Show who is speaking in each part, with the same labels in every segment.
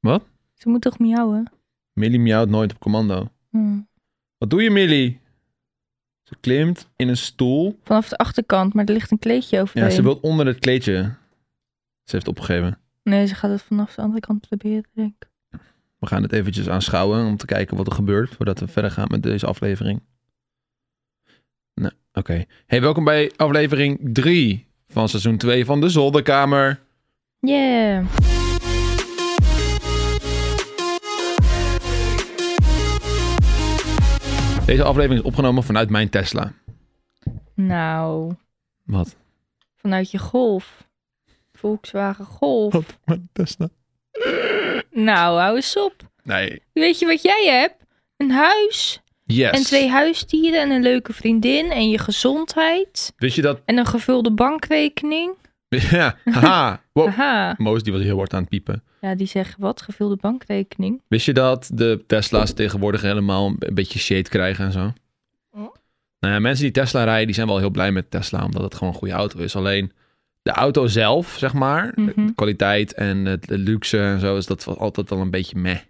Speaker 1: Wat?
Speaker 2: Ze moet toch miauwen?
Speaker 1: Millie miauwt nooit op commando.
Speaker 2: Hm.
Speaker 1: Wat doe je, Millie? Ze klimt in een stoel.
Speaker 2: Vanaf de achterkant, maar er ligt een kleedje
Speaker 1: Ja,
Speaker 2: overheen.
Speaker 1: ze wil onder het kleedje. Ze heeft opgegeven.
Speaker 2: Nee, ze gaat het vanaf de andere kant proberen, denk ik.
Speaker 1: We gaan het eventjes aanschouwen om te kijken wat er gebeurt voordat we verder gaan met deze aflevering. Nou, oké. Hey, welkom bij aflevering 3 van seizoen 2 van de Zolderkamer.
Speaker 2: Yeah!
Speaker 1: Deze aflevering is opgenomen vanuit mijn Tesla.
Speaker 2: Nou,
Speaker 1: Wat?
Speaker 2: vanuit je Golf. Volkswagen Golf.
Speaker 1: Wat? Mijn Tesla?
Speaker 2: Nou, hou eens op.
Speaker 1: Nee.
Speaker 2: Weet je wat jij hebt? Een huis
Speaker 1: Yes.
Speaker 2: en twee huisdieren en een leuke vriendin en je gezondheid
Speaker 1: Wist je dat?
Speaker 2: en een gevulde bankrekening.
Speaker 1: Ja. Haha. Wow.
Speaker 2: Aha.
Speaker 1: Moos die was heel hard aan het piepen.
Speaker 2: Ja, die zeggen wat? Gevulde bankrekening?
Speaker 1: Wist je dat de Tesla's tegenwoordig helemaal een be- beetje shade krijgen en zo?
Speaker 2: Hm?
Speaker 1: Nou ja, mensen die Tesla rijden, die zijn wel heel blij met Tesla, omdat het gewoon een goede auto is. Alleen de auto zelf, zeg maar, de-
Speaker 2: Mhm.
Speaker 1: de kwaliteit en het de luxe en zo, is dat wel altijd al een beetje meh.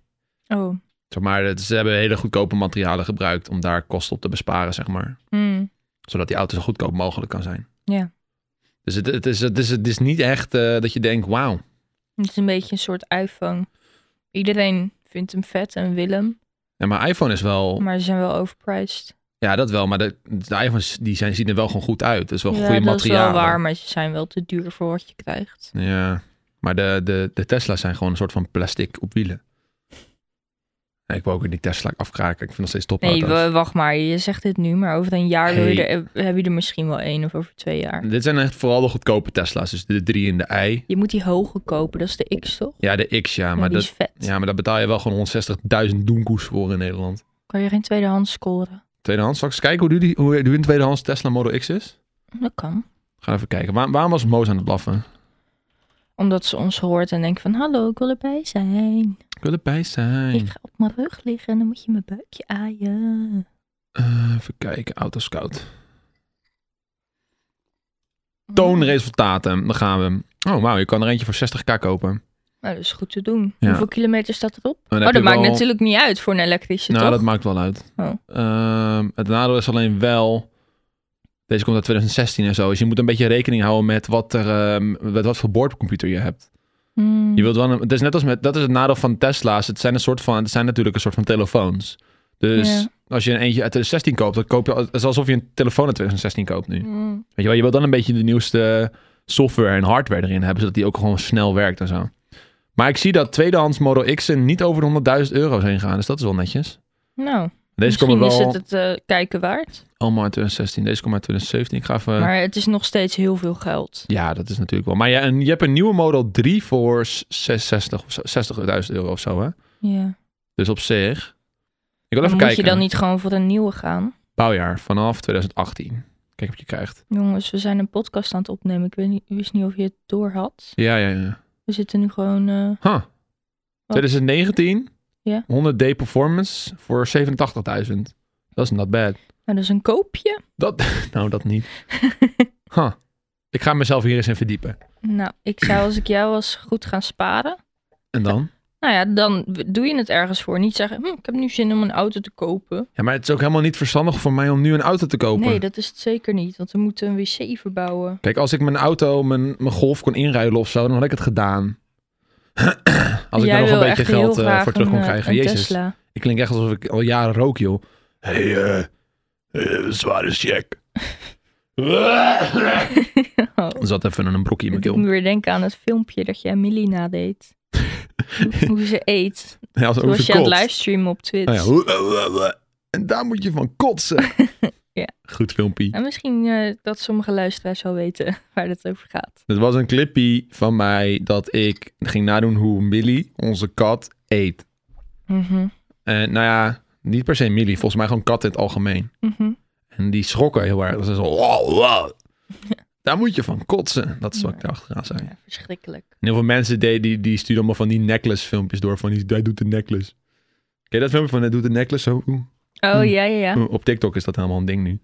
Speaker 2: Oh.
Speaker 1: Zeg maar, het- ze hebben hele goedkope materialen gebruikt om daar kosten op te besparen, zeg maar.
Speaker 2: Hmm.
Speaker 1: Zodat die auto zo goedkoop mogelijk kan zijn.
Speaker 2: Ja.
Speaker 1: Dus het, het, is, het, is, het is niet echt eh, dat je denkt, wauw.
Speaker 2: Het is een beetje een soort iPhone. Iedereen vindt hem vet en wil hem,
Speaker 1: Ja, maar iPhone is wel...
Speaker 2: maar ze zijn wel overpriced.
Speaker 1: Ja, dat wel. Maar de, de iPhones die zijn, zien er wel gewoon goed uit. Dat is wel
Speaker 2: ja,
Speaker 1: goede
Speaker 2: dat
Speaker 1: materialen.
Speaker 2: is wel waar, maar ze zijn wel te duur voor wat je krijgt.
Speaker 1: Ja, maar de, de, de Tesla's zijn gewoon een soort van plastic op wielen. Nee, ik wil ook weer die Tesla afkraken. Ik vind Oh, dat steeds
Speaker 2: Nee,
Speaker 1: topauto's.
Speaker 2: w- wacht maar, je zegt dit nu, maar over een jaar wil je
Speaker 1: Hey.
Speaker 2: er, eh, heb je er misschien wel één of over twee jaar.
Speaker 1: Dit zijn echt vooral de goedkope Tesla's. Dus de 3 en de I.
Speaker 2: Je moet die hoge kopen, dat is de X toch?
Speaker 1: Ja, de X, ja.
Speaker 2: Ja,
Speaker 1: Maar,
Speaker 2: die is
Speaker 1: dat,
Speaker 2: vet.
Speaker 1: ja, maar daar betaal je wel gewoon 160.000 doenkoes voor in Nederland.
Speaker 2: Kan je geen tweedehands scoren?
Speaker 1: Tweedehands. Zal ik eens kijken hoe duur, die, hoe duur een tweedehands Tesla Model X is?
Speaker 2: Dat kan.
Speaker 1: Ga even kijken. Waar- waarom was Moos aan het blaffen?
Speaker 2: Omdat ze ons hoort en denkt van, hallo, ik wil erbij zijn.
Speaker 1: Ik wil erbij zijn.
Speaker 2: Ik ga op mijn rug liggen en dan moet je mijn buikje aaien.
Speaker 1: Eh, even kijken. Autoscout. Toonresultaten. Daar gaan we. Oh, wauw. Je kan er eentje voor 60k kopen.
Speaker 2: Nou, dat is goed te doen.
Speaker 1: Ja.
Speaker 2: Hoeveel kilometer staat erop?
Speaker 1: Dan
Speaker 2: Oh,
Speaker 1: heb
Speaker 2: dat
Speaker 1: je
Speaker 2: maakt
Speaker 1: wel-
Speaker 2: natuurlijk niet uit voor een elektrische,
Speaker 1: Nou,
Speaker 2: toch?
Speaker 1: dat maakt wel uit.
Speaker 2: Oh.
Speaker 1: Ehm, het nadeel is alleen wel... Deze komt uit 2016 en zo. Dus je moet een beetje rekening houden met wat, er, ehm, met wat voor boordcomputer je hebt.
Speaker 2: Hmm.
Speaker 1: Je wilt wel een, het is net als met... Dat is het nadeel van Tesla's. Het zijn, een soort van, het zijn natuurlijk een soort van telefoons. Dus
Speaker 2: Ja.
Speaker 1: als je een eentje uit 2016 koopt... Dan koop je, al- het is alsof je een telefoon uit 2016 koopt nu.
Speaker 2: Hmm.
Speaker 1: Weet je wel, je wilt dan een beetje de nieuwste software en hardware erin hebben, zodat die ook gewoon snel werkt en zo. Maar ik zie dat tweedehands Model X'en niet over de 100.000 euro's heen gaan, dus dat is wel netjes.
Speaker 2: Nou,
Speaker 1: Deze
Speaker 2: misschien
Speaker 1: komen
Speaker 2: is
Speaker 1: wel
Speaker 2: het het eh, kijken waard.
Speaker 1: allemaal uit 2016, deze komen uit 2017. Ik ga even...
Speaker 2: Maar het is nog steeds heel veel geld.
Speaker 1: Ja, dat is natuurlijk wel. Maar ja, en je hebt een nieuwe Model 3 voor 60 of zo- 60.000 euro of zo, hè?
Speaker 2: Ja.
Speaker 1: Dus op zich... Ik wil
Speaker 2: Maar
Speaker 1: even
Speaker 2: Moet
Speaker 1: kijken.
Speaker 2: je dan niet gewoon voor een nieuwe gaan?
Speaker 1: Bouwjaar, vanaf 2018. Kijk wat je krijgt.
Speaker 2: Jongens, we zijn een podcast aan het opnemen. Ik weet niet, wist niet of je het door had.
Speaker 1: Ja, ja, ja.
Speaker 2: We zitten nu gewoon... eh,
Speaker 1: Huh. 2019,
Speaker 2: Ja.
Speaker 1: 100D performance voor 87.000. Dat is not bad.
Speaker 2: nou, dat is een koopje.
Speaker 1: Dat, nou, dat niet. Huh. Ik ga mezelf hier eens in verdiepen.
Speaker 2: Nou, ik zou als ik jou was goed gaan sparen.
Speaker 1: En dan?
Speaker 2: Nou ja, dan w- doe je het ergens voor. Niet zeggen, hm, ik heb nu zin om een auto te kopen.
Speaker 1: Ja, maar het is ook helemaal niet verstandig voor mij om nu een auto te kopen.
Speaker 2: Nee, dat is het zeker niet. Want we moeten een wc verbouwen.
Speaker 1: Kijk, als ik mijn auto, mijn, mijn golf kon inruilen of zo, dan had ik het gedaan. als ik er nog
Speaker 2: Jij
Speaker 1: een
Speaker 2: wil
Speaker 1: beetje
Speaker 2: echt heel
Speaker 1: geld eh,
Speaker 2: graag
Speaker 1: voor terug
Speaker 2: een,
Speaker 1: kon
Speaker 2: eh,
Speaker 1: krijgen.
Speaker 2: een
Speaker 1: Jezus,
Speaker 2: Tesla.
Speaker 1: ik klink echt alsof ik al jaren rook, joh. hey, eh, eh, zware check. er
Speaker 2: Oh,
Speaker 1: zat even een brokje in mijn
Speaker 2: dat doet
Speaker 1: keel.
Speaker 2: me weer denken aan het filmpje dat jij Millie nadeed. hoe, hoe ze eet.
Speaker 1: Ja, als
Speaker 2: Toen
Speaker 1: over
Speaker 2: was je
Speaker 1: zijn
Speaker 2: aan het dus-
Speaker 1: kot.
Speaker 2: livestreamen op Twitch.
Speaker 1: Oh ja, hoe- eh, eh, eh. En daar moet je van kotsen.
Speaker 2: Ja.
Speaker 1: Goed filmpje.
Speaker 2: En misschien eh, dat sommige luisteraars wel weten waar het over gaat.
Speaker 1: Het was een clipje van mij dat ik ging nadoen hoe Millie, onze kat, eet.
Speaker 2: Mhm,
Speaker 1: En nou ja, niet per se Millie, volgens mij gewoon katten in het algemeen.
Speaker 2: mhm.
Speaker 1: En die schrokken heel erg. Dat is zo, wow, wow. Daar moet je van kotsen. Dat is wat ik erachteraan zei.
Speaker 2: Ja, verschrikkelijk.
Speaker 1: En heel veel mensen die, die, die sturen allemaal van die necklace filmpjes door. Van die, hij doet de necklace. Ken je dat filmpje van hij doet de necklace zo? Oeh,
Speaker 2: Oh, ja, ja, ja.
Speaker 1: oeh. Op TikTok is dat helemaal een ding nu.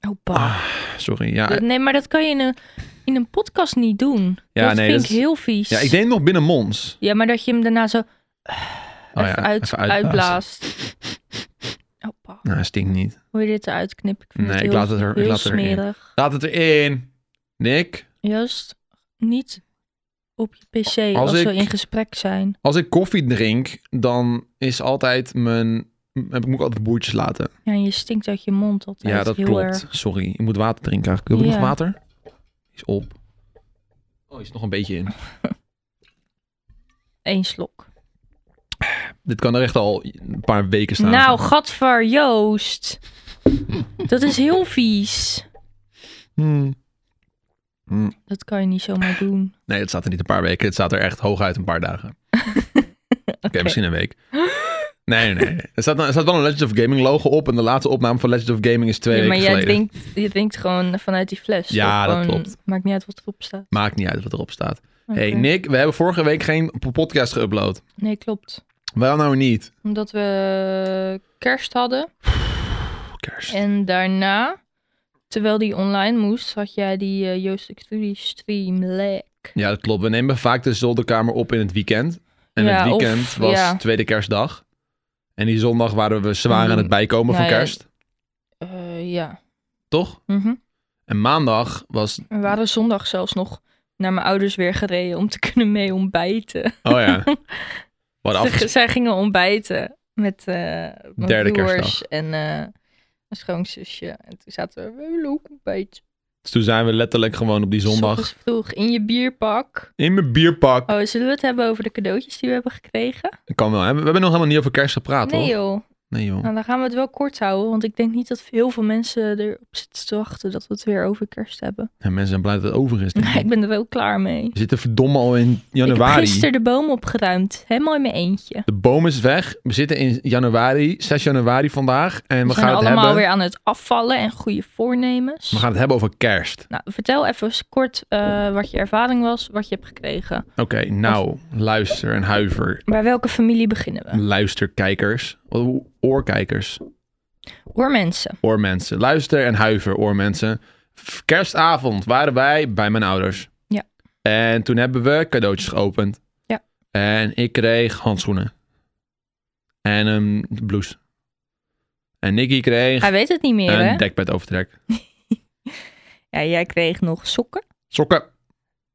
Speaker 2: Oh, bah.
Speaker 1: Ah, Sorry, ja.
Speaker 2: Dat- nee, maar dat kan je in een, in een podcast niet doen.
Speaker 1: Ja,
Speaker 2: dat
Speaker 1: nee,
Speaker 2: vind
Speaker 1: dat
Speaker 2: ik
Speaker 1: is-
Speaker 2: heel vies.
Speaker 1: ja, ik denk nog binnen Mons.
Speaker 2: Ja, maar dat je hem daarna zo
Speaker 1: Oh
Speaker 2: even,
Speaker 1: ja,
Speaker 2: uit,
Speaker 1: even uitblazen.
Speaker 2: uitblaast. Oh, bah.
Speaker 1: Nou, stinkt niet.
Speaker 2: Hoe je dit eruit knipt. Ik vind
Speaker 1: Nee,
Speaker 2: het
Speaker 1: ik
Speaker 2: heel,
Speaker 1: laat het er- ik
Speaker 2: heel
Speaker 1: laat het erin.
Speaker 2: smerig.
Speaker 1: Laat het erin. Nick,
Speaker 2: Juist niet op je pc als,
Speaker 1: Als
Speaker 2: we
Speaker 1: ik-
Speaker 2: in gesprek zijn.
Speaker 1: als ik koffie drink, dan is altijd mijn... Heb ik moet ik altijd boertjes laten.
Speaker 2: Ja, en je stinkt uit je mond altijd
Speaker 1: ja, dat
Speaker 2: heel
Speaker 1: klopt.
Speaker 2: erg.
Speaker 1: Sorry, ik moet water drinken eigenlijk. Wil je
Speaker 2: Ja.
Speaker 1: nog water? Is op. Oh, is er nog een beetje in.
Speaker 2: Eén slok.
Speaker 1: Dit kan er echt al een paar weken staan.
Speaker 2: Nou, gadver Joost. Dat is heel vies.
Speaker 1: Hmm. Hmm.
Speaker 2: Dat kan je niet zomaar doen.
Speaker 1: Nee, het staat er niet een paar weken. Het staat er echt hooguit een paar dagen. Oké, misschien een week. Nee, nee, nee. Er staat, er staat wel een Legend of Gaming logo op. En de laatste opname van Legend of Gaming is twee
Speaker 2: Ja, maar
Speaker 1: weken
Speaker 2: jij
Speaker 1: geleden.
Speaker 2: denkt, je denkt gewoon vanuit die fles.
Speaker 1: Ja,
Speaker 2: toch?
Speaker 1: dat
Speaker 2: Gewoon,
Speaker 1: klopt.
Speaker 2: Maakt niet uit wat erop staat.
Speaker 1: Maakt niet uit wat erop staat. hey,
Speaker 2: Oké.
Speaker 1: Nick, we hebben vorige week geen p- podcast geüpload.
Speaker 2: Nee, klopt.
Speaker 1: Waarom nou niet?
Speaker 2: Omdat we kerst hadden.
Speaker 1: Kerst.
Speaker 2: En daarna, terwijl die online moest, had jij die eh, Joost Studio Stream lek.
Speaker 1: Ja, dat klopt. We nemen vaak de zolderkamer op in het weekend. En
Speaker 2: Ja,
Speaker 1: het weekend
Speaker 2: of-
Speaker 1: was
Speaker 2: ja.
Speaker 1: tweede kerstdag. En die zondag waren we zwaar aan het bijkomen
Speaker 2: Nou
Speaker 1: van
Speaker 2: ja.
Speaker 1: kerst.
Speaker 2: Eh, ja.
Speaker 1: Toch?
Speaker 2: Mhm.
Speaker 1: En maandag was...
Speaker 2: We waren zondag zelfs nog naar mijn ouders weer gereden om te kunnen mee ontbijten.
Speaker 1: Oh ja. We hadden afgesproken.
Speaker 2: Ze- Zij gingen ontbijten met eh mijn
Speaker 1: Derde
Speaker 2: broers
Speaker 1: kerstdag.
Speaker 2: en eh, mijn schoonzusje. En toen zaten we, we willen ook ontbijten.
Speaker 1: Dus toen zijn we letterlijk gewoon op die zondag
Speaker 2: Ochtends vroeg in je bierpak.
Speaker 1: in mijn bierpak.
Speaker 2: Oh, zullen we het hebben over de cadeautjes die we hebben gekregen?
Speaker 1: Kan wel. hè? We hebben nog helemaal niet over kerst gepraat,
Speaker 2: nee
Speaker 1: hoor.
Speaker 2: joh.
Speaker 1: Nee, joh.
Speaker 2: Nou, dan gaan we het wel kort houden, want ik denk niet dat heel veel mensen erop zitten te wachten dat we het weer over kerst hebben.
Speaker 1: En mensen zijn blij dat het over is. denk ik.
Speaker 2: Maar ik ben er wel klaar mee.
Speaker 1: We zitten verdomme al in
Speaker 2: Ik heb
Speaker 1: januari.
Speaker 2: gisteren de boom opgeruimd, helemaal in mijn eentje.
Speaker 1: De boom is weg. We zitten in januari, 6 januari vandaag. En
Speaker 2: We
Speaker 1: we
Speaker 2: zijn
Speaker 1: gaan, het
Speaker 2: allemaal
Speaker 1: hebben,
Speaker 2: weer aan het afvallen en goede voornemens.
Speaker 1: we gaan het hebben over kerst.
Speaker 2: Nou, vertel even eens kort eh, wat je ervaring was, wat je hebt gekregen.
Speaker 1: Oké, nou, luister en huiver.
Speaker 2: Bij welke familie beginnen we?
Speaker 1: Luisterkijkers. O- Oorkijkers.
Speaker 2: Hoor mensen.
Speaker 1: Oormensen. Luister en huiver, oormensen. F- Kerstavond waren wij bij mijn ouders.
Speaker 2: Ja.
Speaker 1: En toen hebben we cadeautjes geopend.
Speaker 2: Ja.
Speaker 1: En ik kreeg handschoenen. En een blouse. En Nicky kreeg
Speaker 2: Hij weet het niet meer, hè?
Speaker 1: een dekbed overtrek.
Speaker 2: Ja, jij kreeg nog sokken.
Speaker 1: Sokken.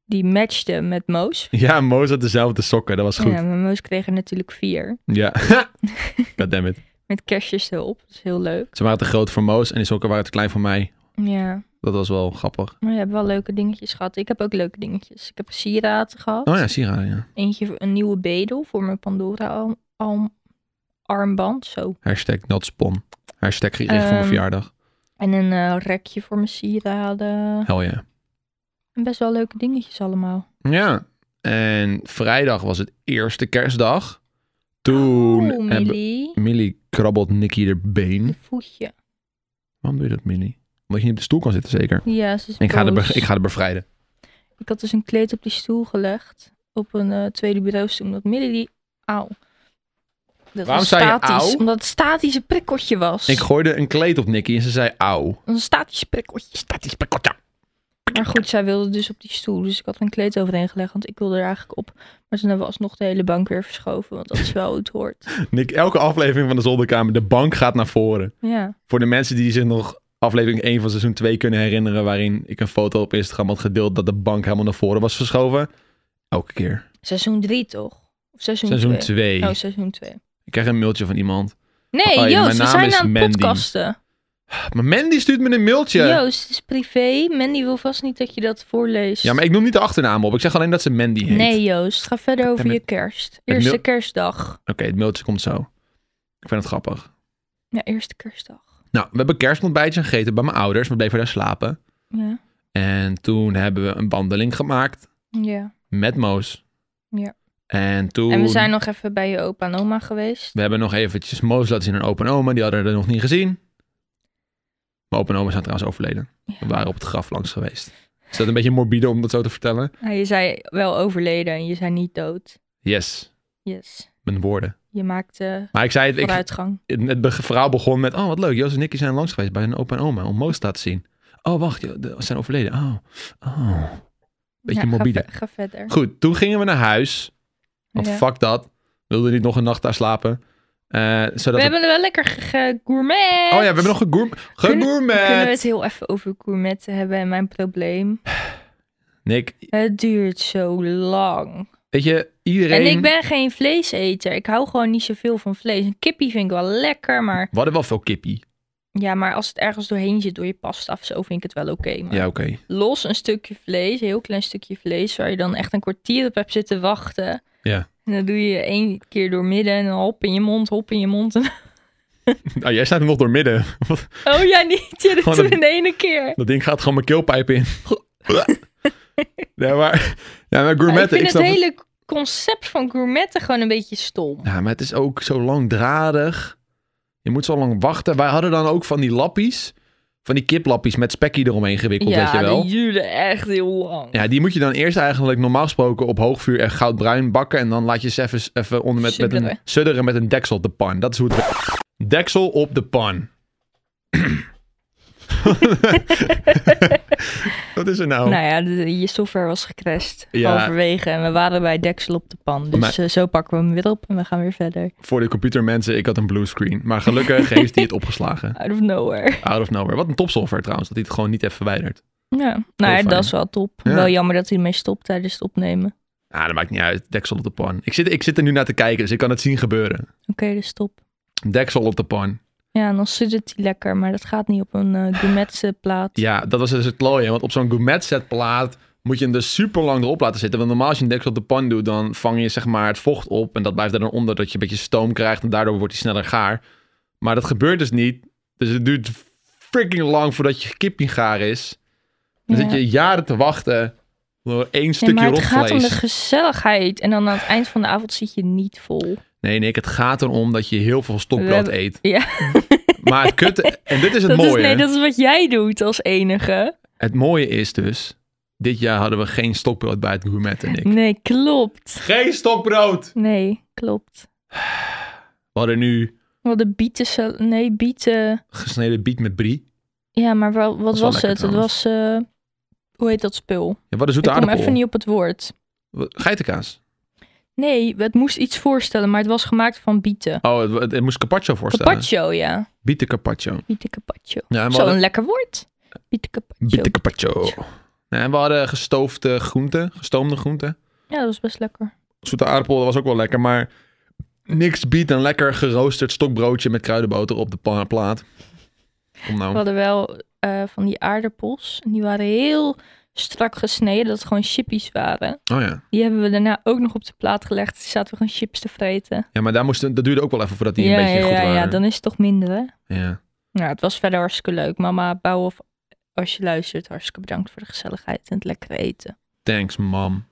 Speaker 2: Die matchten met Moos.
Speaker 1: Ja, Moos had dezelfde sokken. Dat was goed.
Speaker 2: Ja, maar Moos kreeg er natuurlijk vier.
Speaker 1: Ja. God damn it.
Speaker 2: Met kerstjes erop. Dat is heel leuk.
Speaker 1: Ze waren te groot voor Moos en die sokken waren te klein voor mij.
Speaker 2: Ja,
Speaker 1: Dat was wel grappig.
Speaker 2: maar je hebt wel leuke dingetjes gehad. Ik heb ook leuke dingetjes. Ik heb sieraden gehad.
Speaker 1: Oh ja, sieraden, ja.
Speaker 2: Eentje, voor- een nieuwe bedel voor mijn Pandora al- al- armband. Zo.
Speaker 1: Hashtag not spon. Hashtag gericht voor mijn
Speaker 2: Ehm.
Speaker 1: verjaardag.
Speaker 2: En een eh, rekje voor mijn sieraden.
Speaker 1: Hel ja.
Speaker 2: En best wel leuke dingetjes allemaal.
Speaker 1: Ja. En vrijdag was het eerste kerstdag. Toen
Speaker 2: Oh,
Speaker 1: hebben... Hmm?
Speaker 2: Millie.
Speaker 1: Millie krabbelt Nicky er been.
Speaker 2: De voetje.
Speaker 1: Waarom doe je dat, Millie? Omdat je niet op de stoel kan zitten, zeker?
Speaker 2: Ja, ze is
Speaker 1: Ik ga, de
Speaker 2: boos.
Speaker 1: be- ik ga de bevrijden.
Speaker 2: Ik had dus een kleed op die stoel gelegd. Op een eh, tweede bureaustoel. Omdat midden die... Auw. Dat
Speaker 1: Waarom
Speaker 2: was
Speaker 1: zei je
Speaker 2: statisch.
Speaker 1: auw?
Speaker 2: Omdat het statische prikkeltje was.
Speaker 1: Ik gooide een kleed op Nicky en ze zei auw.
Speaker 2: Een statisch prikkeltje.
Speaker 1: Statisch pakotje.
Speaker 2: Maar goed, zij wilde dus op die stoel. Dus ik had er een kleed overheen gelegd. Want ik wilde er eigenlijk op. Maar toen hebben we alsnog de hele bank weer verschoven. Want dat is wel hoe het hoort.
Speaker 1: Nick, elke aflevering van de zolderkamer, de bank gaat naar voren.
Speaker 2: Ja.
Speaker 1: Voor de mensen die zich nog aflevering 1 van seizoen 2 kunnen herinneren... waarin ik een foto op Instagram had gedeeld dat de bank helemaal naar voren was verschoven. Elke keer.
Speaker 2: Seizoen 3 toch? Of seizoen 2?
Speaker 1: Seizoen 2.
Speaker 2: Oh, seizoen 2.
Speaker 1: Ik krijg een mailtje van iemand.
Speaker 2: Nee,
Speaker 1: Hoi, mijn
Speaker 2: Joost, we
Speaker 1: naam
Speaker 2: zijn
Speaker 1: is
Speaker 2: aan het
Speaker 1: Mandy.
Speaker 2: podcasten.
Speaker 1: Maar Mandy stuurt me een mailtje.
Speaker 2: Joost, het is privé. Mandy wil vast niet dat je dat voorleest.
Speaker 1: Ja, maar ik noem niet de achternaam op. Ik zeg alleen dat ze Mandy heet.
Speaker 2: Nee, Joost, ga verder over
Speaker 1: Goddammit.
Speaker 2: je kerst. Eerste
Speaker 1: mil-
Speaker 2: kerstdag.
Speaker 1: Oké, het mailtje komt zo. Ik vind het grappig.
Speaker 2: Ja, eerste kerstdag.
Speaker 1: Nou, we hebben kerstontbijtje gegeten bij mijn ouders. We bleven daar slapen.
Speaker 2: Ja,
Speaker 1: En toen hebben we een wandeling gemaakt
Speaker 2: ja.
Speaker 1: met Moos.
Speaker 2: Ja.
Speaker 1: En toen...
Speaker 2: En we zijn nog even bij je opa en oma geweest.
Speaker 1: we hebben nog eventjes Moos laten zien aan opa en oma. Die hadden er nog niet gezien. Mijn opa en oma zijn trouwens overleden. We waren op het graf langs geweest. Is dat een beetje morbide
Speaker 2: Nou,
Speaker 1: om dat zo te vertellen?
Speaker 2: Ja, je zei wel overleden en je zei niet dood.
Speaker 1: Yes.
Speaker 2: Yes.
Speaker 1: mijn woorden.
Speaker 2: Je maakt eh
Speaker 1: Maar ik zei het, ik,
Speaker 2: vooruitgang.
Speaker 1: het be- verhaal begon met, oh wat leuk, Jos en Nicky zijn langs geweest bij hun opa en oma om Moos te laten zien. Oh wacht, ja, de- ze zijn overleden. Oh, oh. Beetje
Speaker 2: Ja, ga
Speaker 1: morbide.
Speaker 2: ve- Ga, verder.
Speaker 1: Goed, toen gingen we naar huis. Want
Speaker 2: Ja.
Speaker 1: fuck dat. Wilde niet nog een nacht daar slapen. Eh,
Speaker 2: We
Speaker 1: zodat het-
Speaker 2: hebben er wel lekker ge- gegourmet.
Speaker 1: Oh ja, we hebben nog gegourmet.
Speaker 2: Kunnen- Kunnen we
Speaker 1: Gegourmet!
Speaker 2: het heel even over gourmetten hebben en mijn probleem?
Speaker 1: Nick,
Speaker 2: Het duurt zo lang.
Speaker 1: weet je, iedereen...
Speaker 2: En ik ben geen vleeseter. Ik hou gewoon niet zoveel van vlees. Een kippie vind ik wel lekker, maar...
Speaker 1: We hadden wel veel kippie.
Speaker 2: Ja, maar als het ergens doorheen zit door je pasta of zo, vind ik het wel oké. maar
Speaker 1: Ja, oké.
Speaker 2: los een stukje vlees, een heel klein stukje vlees, waar je dan echt een kwartier op hebt zitten wachten.
Speaker 1: Ja.
Speaker 2: En dan doe je één keer door midden en dan hop in je mond, hop in je mond. En...
Speaker 1: Ah, jij staat er nog door midden.
Speaker 2: Oh ja, niet. Je doet
Speaker 1: Gewoon een-
Speaker 2: het in de ene keer.
Speaker 1: Dat ding gaat gewoon mijn keelpijp in. ja, maar, ja, maar
Speaker 2: Ja, ik
Speaker 1: gourmetten,
Speaker 2: vind
Speaker 1: ik
Speaker 2: het
Speaker 1: snap het.
Speaker 2: hele concept van gourmetten gewoon een beetje stom.
Speaker 1: Ja, maar het is ook zo langdradig. Je moet zo lang wachten. Wij hadden dan ook van die lappies. Van die kiplappies met spekkie eromheen gewikkeld, weet je
Speaker 2: ja,
Speaker 1: wel.
Speaker 2: die duurde echt heel lang.
Speaker 1: Ja, die moet je dan eerst eigenlijk normaal gesproken op hoog vuur echt goudbruin bakken. En dan laat je ze even, even onder met, met een
Speaker 2: Sudderen.
Speaker 1: sudderen met een deksel op de pan. Dat is hoe het werkt. Deksel op de pan. Wat is er nou?
Speaker 2: Nou ja, de- je software was gecrashed
Speaker 1: Ja.
Speaker 2: halverwege en we waren bij deksel op de pan. Dus
Speaker 1: Maar-
Speaker 2: eh, zo pakken we hem weer op en we gaan weer verder.
Speaker 1: Voor de computermensen, ik had een blue screen. Maar gelukkig heeft hij het opgeslagen.
Speaker 2: Out of nowhere.
Speaker 1: Out of nowhere. Wat een topsoftware trouwens, dat hij het gewoon niet heeft verwijderd.
Speaker 2: Ja, nou ja,
Speaker 1: fijn.
Speaker 2: dat is wel top.
Speaker 1: Ja.
Speaker 2: Wel jammer dat hij ermee stopt tijdens het opnemen.
Speaker 1: Ah, dat maakt niet uit. Deksel op de pan. Ik zit, ik zit er nu naar te kijken, dus ik kan het zien gebeuren.
Speaker 2: Oké, dus stop.
Speaker 1: Deksel op de pan.
Speaker 2: Ja, en dan suddert hij lekker, maar dat gaat niet op een eh gourmetse plaat.
Speaker 1: Ja, dat was dus het klooien. Want op zo'n gourmet setplaat moet je hem dus super lang erop laten zitten. Want normaal als je een deksel op de pan doet, dan vang je zeg maar het vocht op. En dat blijft daar dan onder, dat je een beetje stoom krijgt. En daardoor wordt hij sneller gaar. Maar dat gebeurt dus niet. Dus het duurt freaking lang voordat je kippie gaar is. Dan
Speaker 2: Ja.
Speaker 1: zit je jaren te wachten door één
Speaker 2: Nee,
Speaker 1: stukje
Speaker 2: maar het gaat om
Speaker 1: rotvlees.
Speaker 2: de gezelligheid. En dan aan het eind van de avond zit je niet vol.
Speaker 1: Nee, Nick, het gaat erom dat je heel veel
Speaker 2: We
Speaker 1: stokbrood
Speaker 2: hebben-
Speaker 1: eet.
Speaker 2: Ja.
Speaker 1: Maar het kutte... En dit is het
Speaker 2: Dat
Speaker 1: mooie.
Speaker 2: is, nee, dat is wat jij doet als enige.
Speaker 1: Het mooie is dus... Dit jaar hadden we geen stokbrood bij het gourmet en ik.
Speaker 2: Nee, klopt.
Speaker 1: Geen stokbrood!
Speaker 2: Nee, klopt.
Speaker 1: We hadden nu
Speaker 2: Wat de bieten... sal- Nee, bieten...
Speaker 1: gesneden biet met brie.
Speaker 2: Ja, maar wel, wat
Speaker 1: is
Speaker 2: was,
Speaker 1: wel lekker
Speaker 2: het? Het was... eh, hoe heet dat spul?
Speaker 1: Ja, wat een
Speaker 2: Ik
Speaker 1: zoete
Speaker 2: kom
Speaker 1: aardappel.
Speaker 2: even niet op het woord.
Speaker 1: Wat- Geitenkaas.
Speaker 2: Nee, het moest iets voorstellen, maar het was gemaakt van bieten.
Speaker 1: Oh, het, het- het moest carpaccio voorstellen.
Speaker 2: Carpaccio, ja.
Speaker 1: Bieten carpaccio.
Speaker 2: Bieten carpaccio.
Speaker 1: Ja, en we
Speaker 2: Zo'n
Speaker 1: hadden...
Speaker 2: lekker woord. Bieten carpaccio.
Speaker 1: Bieten carpaccio. Ja, en we hadden gestoofde groenten. Gestoomde groenten.
Speaker 2: Ja, dat was best lekker.
Speaker 1: Zoete aardappel dat was ook wel lekker, maar... Niks biedt een lekker geroosterd stokbroodje met kruidenboter op de pa- plaat. Kom nou.
Speaker 2: We hadden wel eh, van die aardappels. En Die waren heel strak gesneden, dat het gewoon chippies waren.
Speaker 1: Oh ja.
Speaker 2: Die hebben we daarna ook nog op de plaat gelegd. Toen zaten we gewoon chips te vreten.
Speaker 1: Ja, maar daar moesten, dat duurde ook wel even voordat die
Speaker 2: ja,
Speaker 1: een beetje
Speaker 2: ja,
Speaker 1: goed
Speaker 2: ja,
Speaker 1: waren.
Speaker 2: ja, dan is het toch minder, hè?
Speaker 1: Ja.
Speaker 2: Nou, het was verder hartstikke leuk. Mama, Bouwhof, als je luistert, hartstikke bedankt voor de gezelligheid en het lekkere eten.
Speaker 1: Thanks, mam.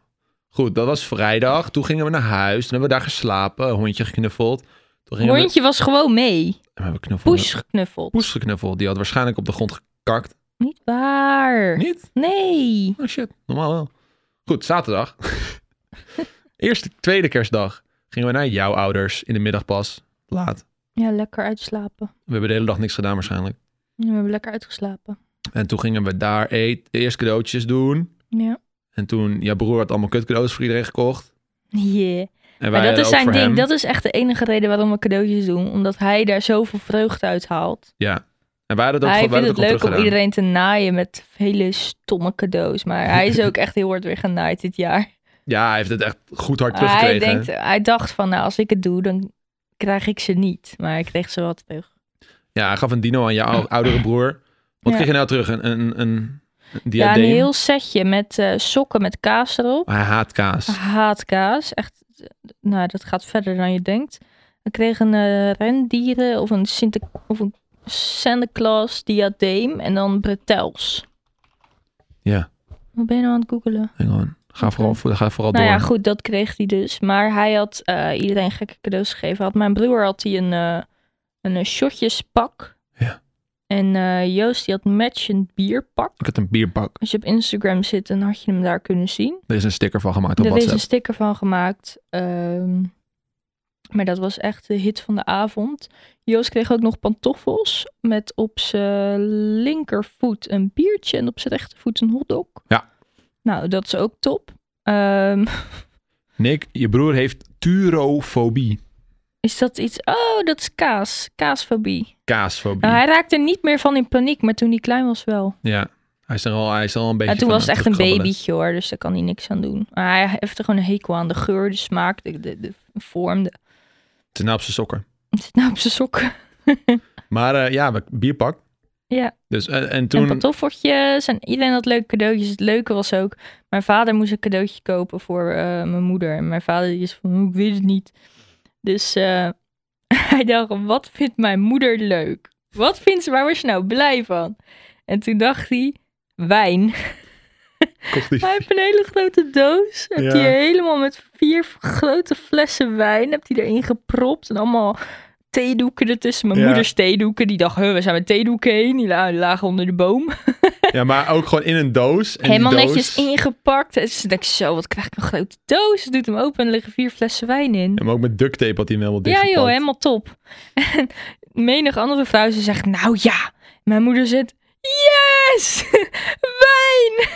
Speaker 1: Goed, dat was vrijdag. Toen gingen we naar huis. Toen hebben we daar geslapen. Een hondje geknuffeld. Toen gingen we...
Speaker 2: Hondje was gewoon mee.
Speaker 1: We hebben knuffeld.
Speaker 2: Poes geknuffeld.
Speaker 1: Poes geknuffeld. Die had waarschijnlijk op de grond gekakt.
Speaker 2: Niet waar.
Speaker 1: Niet?
Speaker 2: Nee.
Speaker 1: Oh shit, normaal wel. Goed, zaterdag. Eerste, tweede kerstdag gingen we naar jouw ouders in de middag pas. Laat.
Speaker 2: Ja, lekker uitslapen.
Speaker 1: We hebben de hele dag niks gedaan waarschijnlijk.
Speaker 2: We hebben lekker uitgeslapen.
Speaker 1: En toen gingen we daar eet, eerst cadeautjes doen.
Speaker 2: Ja.
Speaker 1: En toen, jouw broer had allemaal kutcadeaus voor iedereen gekocht.
Speaker 2: Yeah.
Speaker 1: En wij
Speaker 2: Maar dat
Speaker 1: hadden
Speaker 2: is
Speaker 1: ook
Speaker 2: zijn
Speaker 1: voor
Speaker 2: ding.
Speaker 1: hem.
Speaker 2: Dat is echt de enige reden waarom we cadeautjes doen. Omdat hij daar zoveel vreugde uit haalt.
Speaker 1: Ja. En wij hadden het ook,
Speaker 2: hij
Speaker 1: wij
Speaker 2: vindt
Speaker 1: hadden
Speaker 2: het
Speaker 1: ook al
Speaker 2: leuk om
Speaker 1: teruggedaan.
Speaker 2: iedereen te naaien met hele stomme cadeaus. Maar hij is ook echt heel hard weer genaaid dit jaar.
Speaker 1: Ja, hij heeft het echt goed hard
Speaker 2: Hij,
Speaker 1: teruggekregen.
Speaker 2: denkt, hij dacht van, nou, als ik het doe, dan krijg ik ze niet. Maar hij kreeg ze wel terug.
Speaker 1: Ja, hij gaf een dino aan jouw oudere broer. Wat
Speaker 2: Ja.
Speaker 1: kreeg je nou terug? Een, een, een, een
Speaker 2: Ja,
Speaker 1: diadeem?
Speaker 2: een heel setje met eh, sokken met kaas erop.
Speaker 1: Hij haat kaas.
Speaker 2: Haat kaas. Echt, eh, nou, dat gaat verder dan je denkt. We kregen een eh, rendieren of een, Sinter of een Santa Claus diadeem en dan bretels.
Speaker 1: Ja,
Speaker 2: Wat ben je nou aan het googelen?
Speaker 1: hang on. Ga
Speaker 2: Oké.
Speaker 1: vooral, voor- ga vooral
Speaker 2: Nou
Speaker 1: door.
Speaker 2: ja, goed, dat kreeg hij dus. Maar hij had eh, iedereen gekke cadeaus gegeven. Had mijn broer had hij een, eh een eh, shotjespak.
Speaker 1: Ja.
Speaker 2: En eh, Joost die had matchend bierpak.
Speaker 1: Ik had een bierbak.
Speaker 2: Als je op Instagram zit, dan had je hem daar kunnen zien.
Speaker 1: Er is een sticker van gemaakt op
Speaker 2: Er is een
Speaker 1: WhatsApp.
Speaker 2: sticker van gemaakt. Ehm, Maar dat was echt de hit van de avond. Joost kreeg ook nog pantoffels met op zijn linkervoet een biertje en op zijn rechtervoet een hotdog.
Speaker 1: Ja.
Speaker 2: Nou, dat is ook top. Ehm,
Speaker 1: Nick, je broer heeft turofobie.
Speaker 2: is dat iets... Oh, dat is kaas. Kaasfobie.
Speaker 1: Kaasfobie.
Speaker 2: Nou, hij raakte er niet meer van in paniek, maar toen hij klein was wel.
Speaker 1: Ja, hij is er al, hij is er al een beetje
Speaker 2: En toen
Speaker 1: van
Speaker 2: was het
Speaker 1: aan
Speaker 2: echt een
Speaker 1: terugkrabbelen.
Speaker 2: babytje hoor, dus daar kan hij niks aan doen. Maar hij heeft er gewoon een hekel aan. De geur, de smaak, de, de, de vorm. De...
Speaker 1: Het is nou op zijn sokken.
Speaker 2: Het zit nou op zijn sokken.
Speaker 1: Maar eh, ja, we- bierpak.
Speaker 2: Ja.
Speaker 1: Dus, eh, en
Speaker 2: En
Speaker 1: toen...
Speaker 2: pantoffeltjes en iedereen had leuke cadeautjes. Het leuke was ook, mijn vader moest een cadeautje kopen voor eh, mijn moeder. En mijn vader die is van, "Hoe, ik weet het niet. Dus eh, hij dacht, wat vindt mijn moeder leuk? Wat vindt ze, waar was je nou blij van? En toen dacht hij, wijn.
Speaker 1: kocht hij-
Speaker 2: Hij heeft een hele grote doos. Heb
Speaker 1: Ja.
Speaker 2: hij helemaal met vier grote flessen wijn. Heb hij erin gepropt. En allemaal theedoeken ertussen. Mijn
Speaker 1: Ja.
Speaker 2: moeders theedoeken. Die dacht, huh, we zijn met theedoeken heen. Die la- die lagen onder de boom.
Speaker 1: Ja, maar ook gewoon in een doos. En die
Speaker 2: Helemaal
Speaker 1: doos-
Speaker 2: netjes ingepakt. En ze denkt, zo, wat krijg ik een grote doos? Doet hem open en er liggen vier flessen wijn in.
Speaker 1: Ja, maar ook met duct tape had hij hem helemaal
Speaker 2: Ja,
Speaker 1: dichtgepakt.
Speaker 2: joh, helemaal top. En menig andere vrouw, ze zegt, nou ja. Mijn moeder zegt, yes, wijn.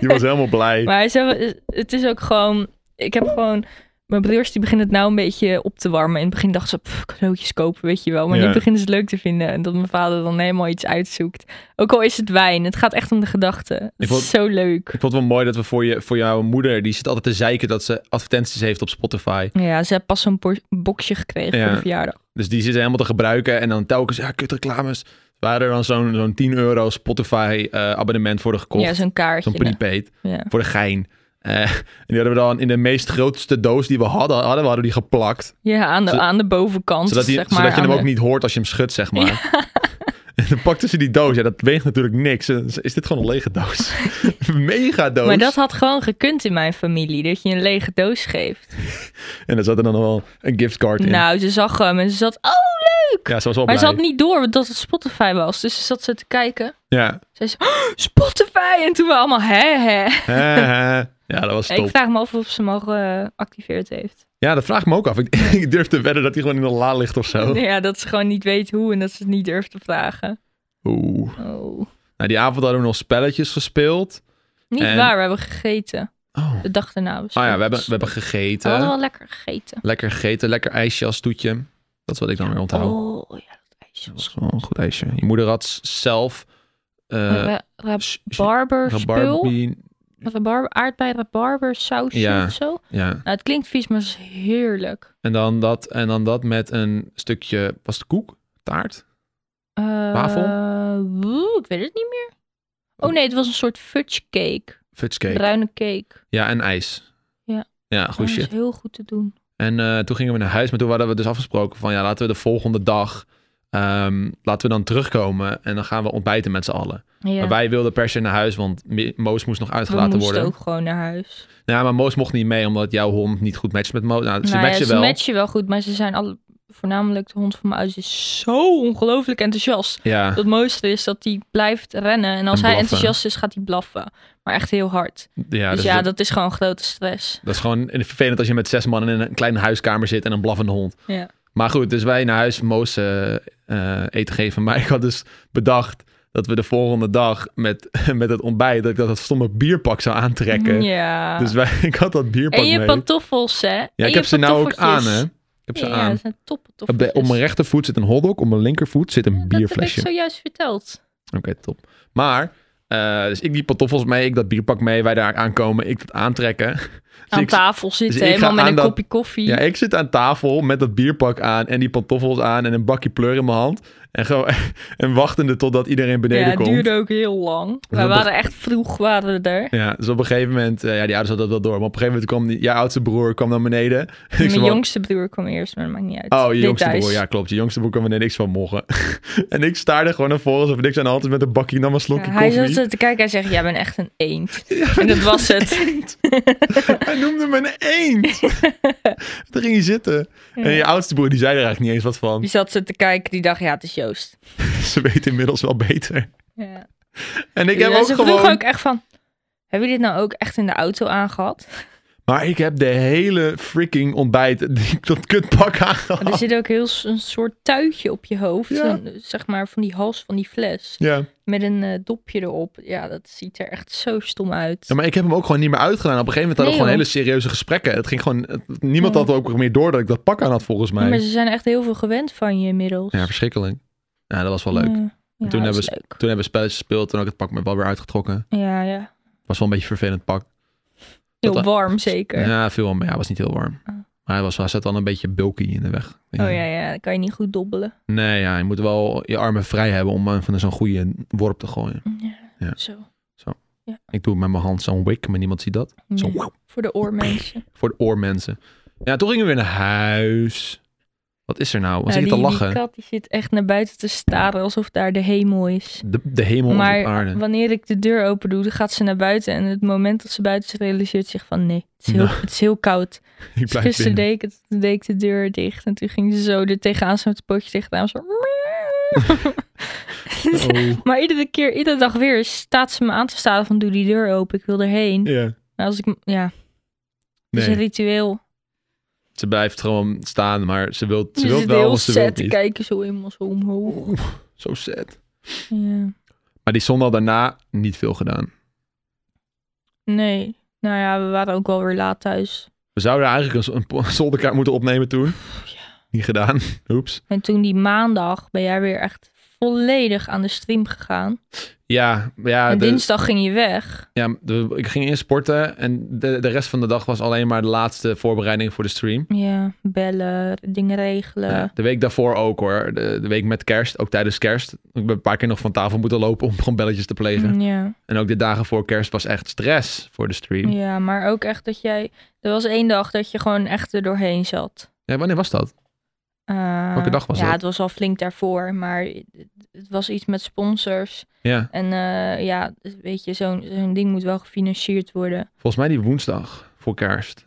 Speaker 1: Die was helemaal blij.
Speaker 2: Maar hij zei, het is ook gewoon, ik heb gewoon, mijn broers die beginnen het nou een beetje op te warmen. In het begin dachten ze, pff, cadeautjes kopen, weet je wel. Maar
Speaker 1: Ja.
Speaker 2: nu beginnen ze het leuk te vinden. En dat mijn vader dan helemaal iets uitzoekt. Ook al is het wijn, het gaat echt om de gedachten. Het
Speaker 1: vond-
Speaker 2: is zo leuk.
Speaker 1: Ik vond het wel mooi dat we voor, je, voor jouw moeder, die zit altijd te zeiken dat ze advertenties heeft op Spotify.
Speaker 2: Ja, ze heeft pas zo'n por- boxje gekregen
Speaker 1: Ja.
Speaker 2: voor de verjaardag.
Speaker 1: Dus die zit helemaal te gebruiken en dan telkens, ja, kut reclames. Waren er dan zo'n zo'n 10 euro Spotify eh, abonnement voor de gekocht.
Speaker 2: Ja, zo'n kaartje.
Speaker 1: zo'n prepaid.
Speaker 2: nou. ja.
Speaker 1: voor de gein. Eh, en die hadden we dan in de meest grootste doos die we hadden, hadden, we hadden die geplakt.
Speaker 2: ja, aan de,
Speaker 1: Zo-
Speaker 2: aan de bovenkant.
Speaker 1: Zodat, die,
Speaker 2: zeg maar,
Speaker 1: zodat je
Speaker 2: aan
Speaker 1: hem ook
Speaker 2: de-
Speaker 1: niet hoort als je hem schudt, zeg maar. En dan pakten ze die doos. Ja, dat weegt natuurlijk niks. En dan Is dit gewoon een lege doos? Mega doos.
Speaker 2: Maar dat had gewoon gekund in mijn familie, dat je een lege doos geeft.
Speaker 1: En daar zat er dan nog wel een giftcard in.
Speaker 2: Nou, ze zag hem en ze zat, oh,
Speaker 1: ja, ze was wel
Speaker 2: maar ze
Speaker 1: blij.
Speaker 2: had niet door dat het Spotify was. Dus ze zat ze te kijken.
Speaker 1: Ja.
Speaker 2: Ze zei, "Oh, Spotify! En toen we allemaal, hè, hè.
Speaker 1: ja, dat was
Speaker 2: Ik
Speaker 1: top.
Speaker 2: vraag me af of ze hem al eh, geactiveerd heeft.
Speaker 1: Ja, dat vraag ik me ook af. Ik, ik durf te wedden dat hij gewoon in een la ligt of zo.
Speaker 2: Ja, dat ze gewoon niet weet hoe en dat ze het niet durft te vragen.
Speaker 1: Oeh.
Speaker 2: Oh.
Speaker 1: Nou, die avond hadden we nog spelletjes gespeeld.
Speaker 2: Niet
Speaker 1: En-
Speaker 2: waar, we hebben gegeten.
Speaker 1: Oh,
Speaker 2: De dag daarna. was
Speaker 1: Ah ja,
Speaker 2: het.
Speaker 1: we hebben, we hebben
Speaker 2: We hadden
Speaker 1: gegeten.
Speaker 2: wel lekker gegeten.
Speaker 1: Lekker gegeten, lekker ijsje als toetje. Dat is wat ik dan weer onthoud.
Speaker 2: Oh, ja, dat ijsje
Speaker 1: Dat
Speaker 2: was
Speaker 1: was gewoon een goed ijsje. Je moeder had s- zelf eh
Speaker 2: Ra-
Speaker 1: sh- sh-
Speaker 2: rabarber spul.
Speaker 1: rabarbie.
Speaker 2: Rabarber, aardbei, rabarber, sausje
Speaker 1: Ja.
Speaker 2: of zo. Nou,
Speaker 1: Ja.
Speaker 2: het klinkt vies, maar het is heerlijk.
Speaker 1: En dan, dat, en dan dat met een stukje, was het koek? Taart?
Speaker 2: Eh,
Speaker 1: Wafel?
Speaker 2: woe, ik weet het niet meer. Oh nee, het was een soort fudge cake.
Speaker 1: Fudgecake.
Speaker 2: Bruine cake.
Speaker 1: Ja, en ijs.
Speaker 2: Ja.
Speaker 1: Ja, goed
Speaker 2: Oh, dat
Speaker 1: shit.
Speaker 2: is heel goed te doen.
Speaker 1: En eh, toen gingen we naar huis, maar toen hadden we dus afgesproken van ja, laten we de volgende dag, ehm, laten we dan terugkomen en dan gaan we ontbijten met z'n allen.
Speaker 2: Ja.
Speaker 1: Maar wij wilden per se naar huis, want Mi- Moos moest nog
Speaker 2: we moesten
Speaker 1: uitgelaten worden.
Speaker 2: ook gewoon naar huis.
Speaker 1: Ja, maar Moos mocht niet mee, omdat jouw hond niet goed matcht met Moos. Nou, ze
Speaker 2: Nou ja,
Speaker 1: matchen
Speaker 2: ze
Speaker 1: wel.
Speaker 2: matchen wel goed, maar ze zijn alle, voornamelijk de hond van mijn ouders is zo ongelooflijk enthousiast.
Speaker 1: Ja,
Speaker 2: Het mooiste is dat hij blijft rennen. En als
Speaker 1: En
Speaker 2: hij
Speaker 1: blaffen.
Speaker 2: enthousiast is, gaat hij blaffen. Maar echt heel hard.
Speaker 1: ja,
Speaker 2: dus
Speaker 1: dus
Speaker 2: ja,
Speaker 1: dat-
Speaker 2: dat... is gewoon grote stress.
Speaker 1: Dat is gewoon vervelend als je met zes mannen in een kleine huiskamer zit en een blaffende hond.
Speaker 2: Ja.
Speaker 1: Maar goed, dus wij naar huis Moos eh, eh, eten geven. Maar ik had dus bedacht dat we de volgende dag met, met het ontbijt, dat ik dat, stomme bierpak zou aantrekken.
Speaker 2: Ja.
Speaker 1: Dus wij, ik had dat bierpak
Speaker 2: en je
Speaker 1: mee.
Speaker 2: pantoffels, hè?
Speaker 1: ja, ik heb ze nou ook aan, hè. Ik heb ze
Speaker 2: ja,
Speaker 1: aan.
Speaker 2: dat zijn
Speaker 1: Op,
Speaker 2: toppantoffels.
Speaker 1: de, op mijn rechtervoet zit een hotdog, op mijn linkervoet zit een
Speaker 2: Dat
Speaker 1: bierflesje. Dus
Speaker 2: heb ik zojuist verteld.
Speaker 1: Oké, top. Maar, eh, dus ik die pantoffels mee, ik dat bierpak mee, wij daar aankomen, ik dat aantrekken. Dus
Speaker 2: aan
Speaker 1: ik-
Speaker 2: tafel zitten,
Speaker 1: ik ga
Speaker 2: helemaal met
Speaker 1: aan
Speaker 2: een
Speaker 1: dat-
Speaker 2: kopje koffie.
Speaker 1: Ja, ik zit aan tafel met dat bierpak aan en die pantoffels aan en een bakje pleur in mijn hand. En, gewoon, en wachtende totdat iedereen beneden
Speaker 2: Ja, het
Speaker 1: komt.
Speaker 2: duurde ook heel lang. Wij
Speaker 1: dat-
Speaker 2: waren echt vroeg, waren we er.
Speaker 1: Ja, dus op een gegeven moment, eh, ja, die ouders hadden dat wel door. Maar op een gegeven moment kwam die, jouw oudste broer kwam naar beneden. Ik zei
Speaker 2: Mijn
Speaker 1: van,
Speaker 2: jongste broer kwam eerst, maar dat maakt niet uit.
Speaker 1: Oh, je jongste
Speaker 2: Details.
Speaker 1: broer, ja klopt. Je jongste broer kwam naar beneden, niks van morgen. en ik staarde gewoon naar voren alsof er niks aan de hand is met een bakje. Ik nam een
Speaker 2: Ja,
Speaker 1: slokje
Speaker 2: hij
Speaker 1: koffie.
Speaker 2: zat zo te kijken, hij zegt, jij bent echt een eend. en dat was het.
Speaker 1: Hij noemde me een eend. Toen ging hij zitten. En je oudste broer, die zei er eigenlijk niet eens wat van.
Speaker 2: Die zat zo te kijken, die dacht, ja, het is Joost.
Speaker 1: Ze weet inmiddels wel beter.
Speaker 2: Ja.
Speaker 1: En ik
Speaker 2: Ja,
Speaker 1: heb ook
Speaker 2: ze
Speaker 1: gewoon...
Speaker 2: vroeg ook echt van, hebben jullie dit nou ook echt in de auto aangehad?
Speaker 1: Maar ik heb de hele freaking ontbijt die ik dat kutpak
Speaker 2: Maar er
Speaker 1: aangehad.
Speaker 2: zit ook heel s- een soort tuitje op je hoofd.
Speaker 1: Ja.
Speaker 2: Een, zeg maar van die hals van die fles.
Speaker 1: Ja.
Speaker 2: Met een eh, dopje erop. Ja, dat ziet er echt zo stom uit.
Speaker 1: ja, maar ik heb hem ook gewoon niet meer uitgedaan. Op een gegeven moment hadden we
Speaker 2: Nee,
Speaker 1: gewoon hele serieuze gesprekken. Het ging gewoon, het- niemand
Speaker 2: Ja.
Speaker 1: had ook meer door dat ik dat pak aan had volgens
Speaker 2: Ja, maar
Speaker 1: mij.
Speaker 2: ze zijn echt heel veel gewend van je inmiddels.
Speaker 1: Ja, verschrikkelijk. Ja, dat was wel leuk.
Speaker 2: Ja.
Speaker 1: toen
Speaker 2: Ja, dat
Speaker 1: hebben
Speaker 2: is
Speaker 1: ze-
Speaker 2: leuk.
Speaker 1: Toen hebben we spelletjes gespeeld en ook het pak me wel weer uitgetrokken.
Speaker 2: Ja, ja.
Speaker 1: Was wel een beetje een vervelend pak.
Speaker 2: Heel
Speaker 1: Dat-
Speaker 2: warm zeker.
Speaker 1: Ja, veel wel mee. Ja, was niet heel warm.
Speaker 2: Ah.
Speaker 1: Maar hij, was, hij zat wel een beetje bulky in de weg.
Speaker 2: Oh ja, ja, dan kan je niet goed dobbelen.
Speaker 1: Nee, ja, je moet wel je armen vrij hebben om eh, van zo'n goede worp te gooien.
Speaker 2: Ja,
Speaker 1: Ja.
Speaker 2: Zo.
Speaker 1: Ik doe het met mijn hand zo'n wik, maar niemand ziet dat.
Speaker 2: Nee.
Speaker 1: Zo wauw,
Speaker 2: Voor de oormensen.
Speaker 1: voor de oormensen. Ja, toen gingen we weer naar huis. Wat is er nou? Was
Speaker 2: Ja,
Speaker 1: ik
Speaker 2: die,
Speaker 1: te
Speaker 2: die
Speaker 1: lachen?
Speaker 2: kat die zit echt naar buiten te staren alsof daar de hemel is.
Speaker 1: De, de hemel is op
Speaker 2: Maar
Speaker 1: aarde.
Speaker 2: wanneer ik de deur open doe, dan gaat ze naar buiten. En het moment dat ze buiten is, realiseert ze zich van nee, het is heel,
Speaker 1: Nou.
Speaker 2: het is heel koud.
Speaker 1: Ik
Speaker 2: Dus
Speaker 1: blijf
Speaker 2: gisteren
Speaker 1: binnen.
Speaker 2: deed ik, het, toen deed ik de deur dicht en toen ging ze zo er tegenaan, zo met het pootje tegenaan. Zo...
Speaker 1: Oh,
Speaker 2: maar iedere keer, iedere dag weer, staat ze me aan te staan van doe die deur open, ik wil erheen.
Speaker 1: ja.
Speaker 2: Maar als ik, m- ja, het is een
Speaker 1: Nee,
Speaker 2: ritueel.
Speaker 1: ze blijft gewoon staan, maar ze wil, ze
Speaker 2: Ze
Speaker 1: wil
Speaker 2: zit
Speaker 1: wel
Speaker 2: heel
Speaker 1: of ze wil
Speaker 2: set te
Speaker 1: niet.
Speaker 2: kijken, zo helemaal zo omhoog.
Speaker 1: Oeh, Zo sad.
Speaker 2: Ja.
Speaker 1: Maar die zondag daarna niet veel gedaan.
Speaker 2: Nee, nou ja, we waren ook wel weer laat thuis.
Speaker 1: We zouden eigenlijk een, z- een po- zolderkaart moeten opnemen toen. Niet gedaan. Oeps.
Speaker 2: En toen die maandag ben jij weer echt volledig aan de stream gegaan.
Speaker 1: Ja, ja,
Speaker 2: en
Speaker 1: de-
Speaker 2: dinsdag ging je weg.
Speaker 1: ja de- ik ging eerst sporten en de, de rest van de dag was alleen maar de laatste voorbereiding voor de stream.
Speaker 2: Ja, bellen, dingen regelen.
Speaker 1: Ja, de week daarvoor ook hoor. De, de week met kerst, ook tijdens kerst. Ik ben een paar keer nog van tafel moeten lopen om gewoon belletjes te plegen.
Speaker 2: ja.
Speaker 1: En ook de dagen voor kerst was echt stress voor de stream. Ja.
Speaker 2: Ja, maar ook echt dat jij. Er was één dag dat je gewoon echt er doorheen zat.
Speaker 1: wanneer was dat?
Speaker 2: Eh,
Speaker 1: Welke dag was
Speaker 2: ja,
Speaker 1: dat?
Speaker 2: het was al flink daarvoor, maar het- het was iets met sponsors.
Speaker 1: Ja,
Speaker 2: En eh, ja, weet je, zo'n zo'n ding moet wel gefinancierd worden.
Speaker 1: volgens mij die woensdag voor kerst.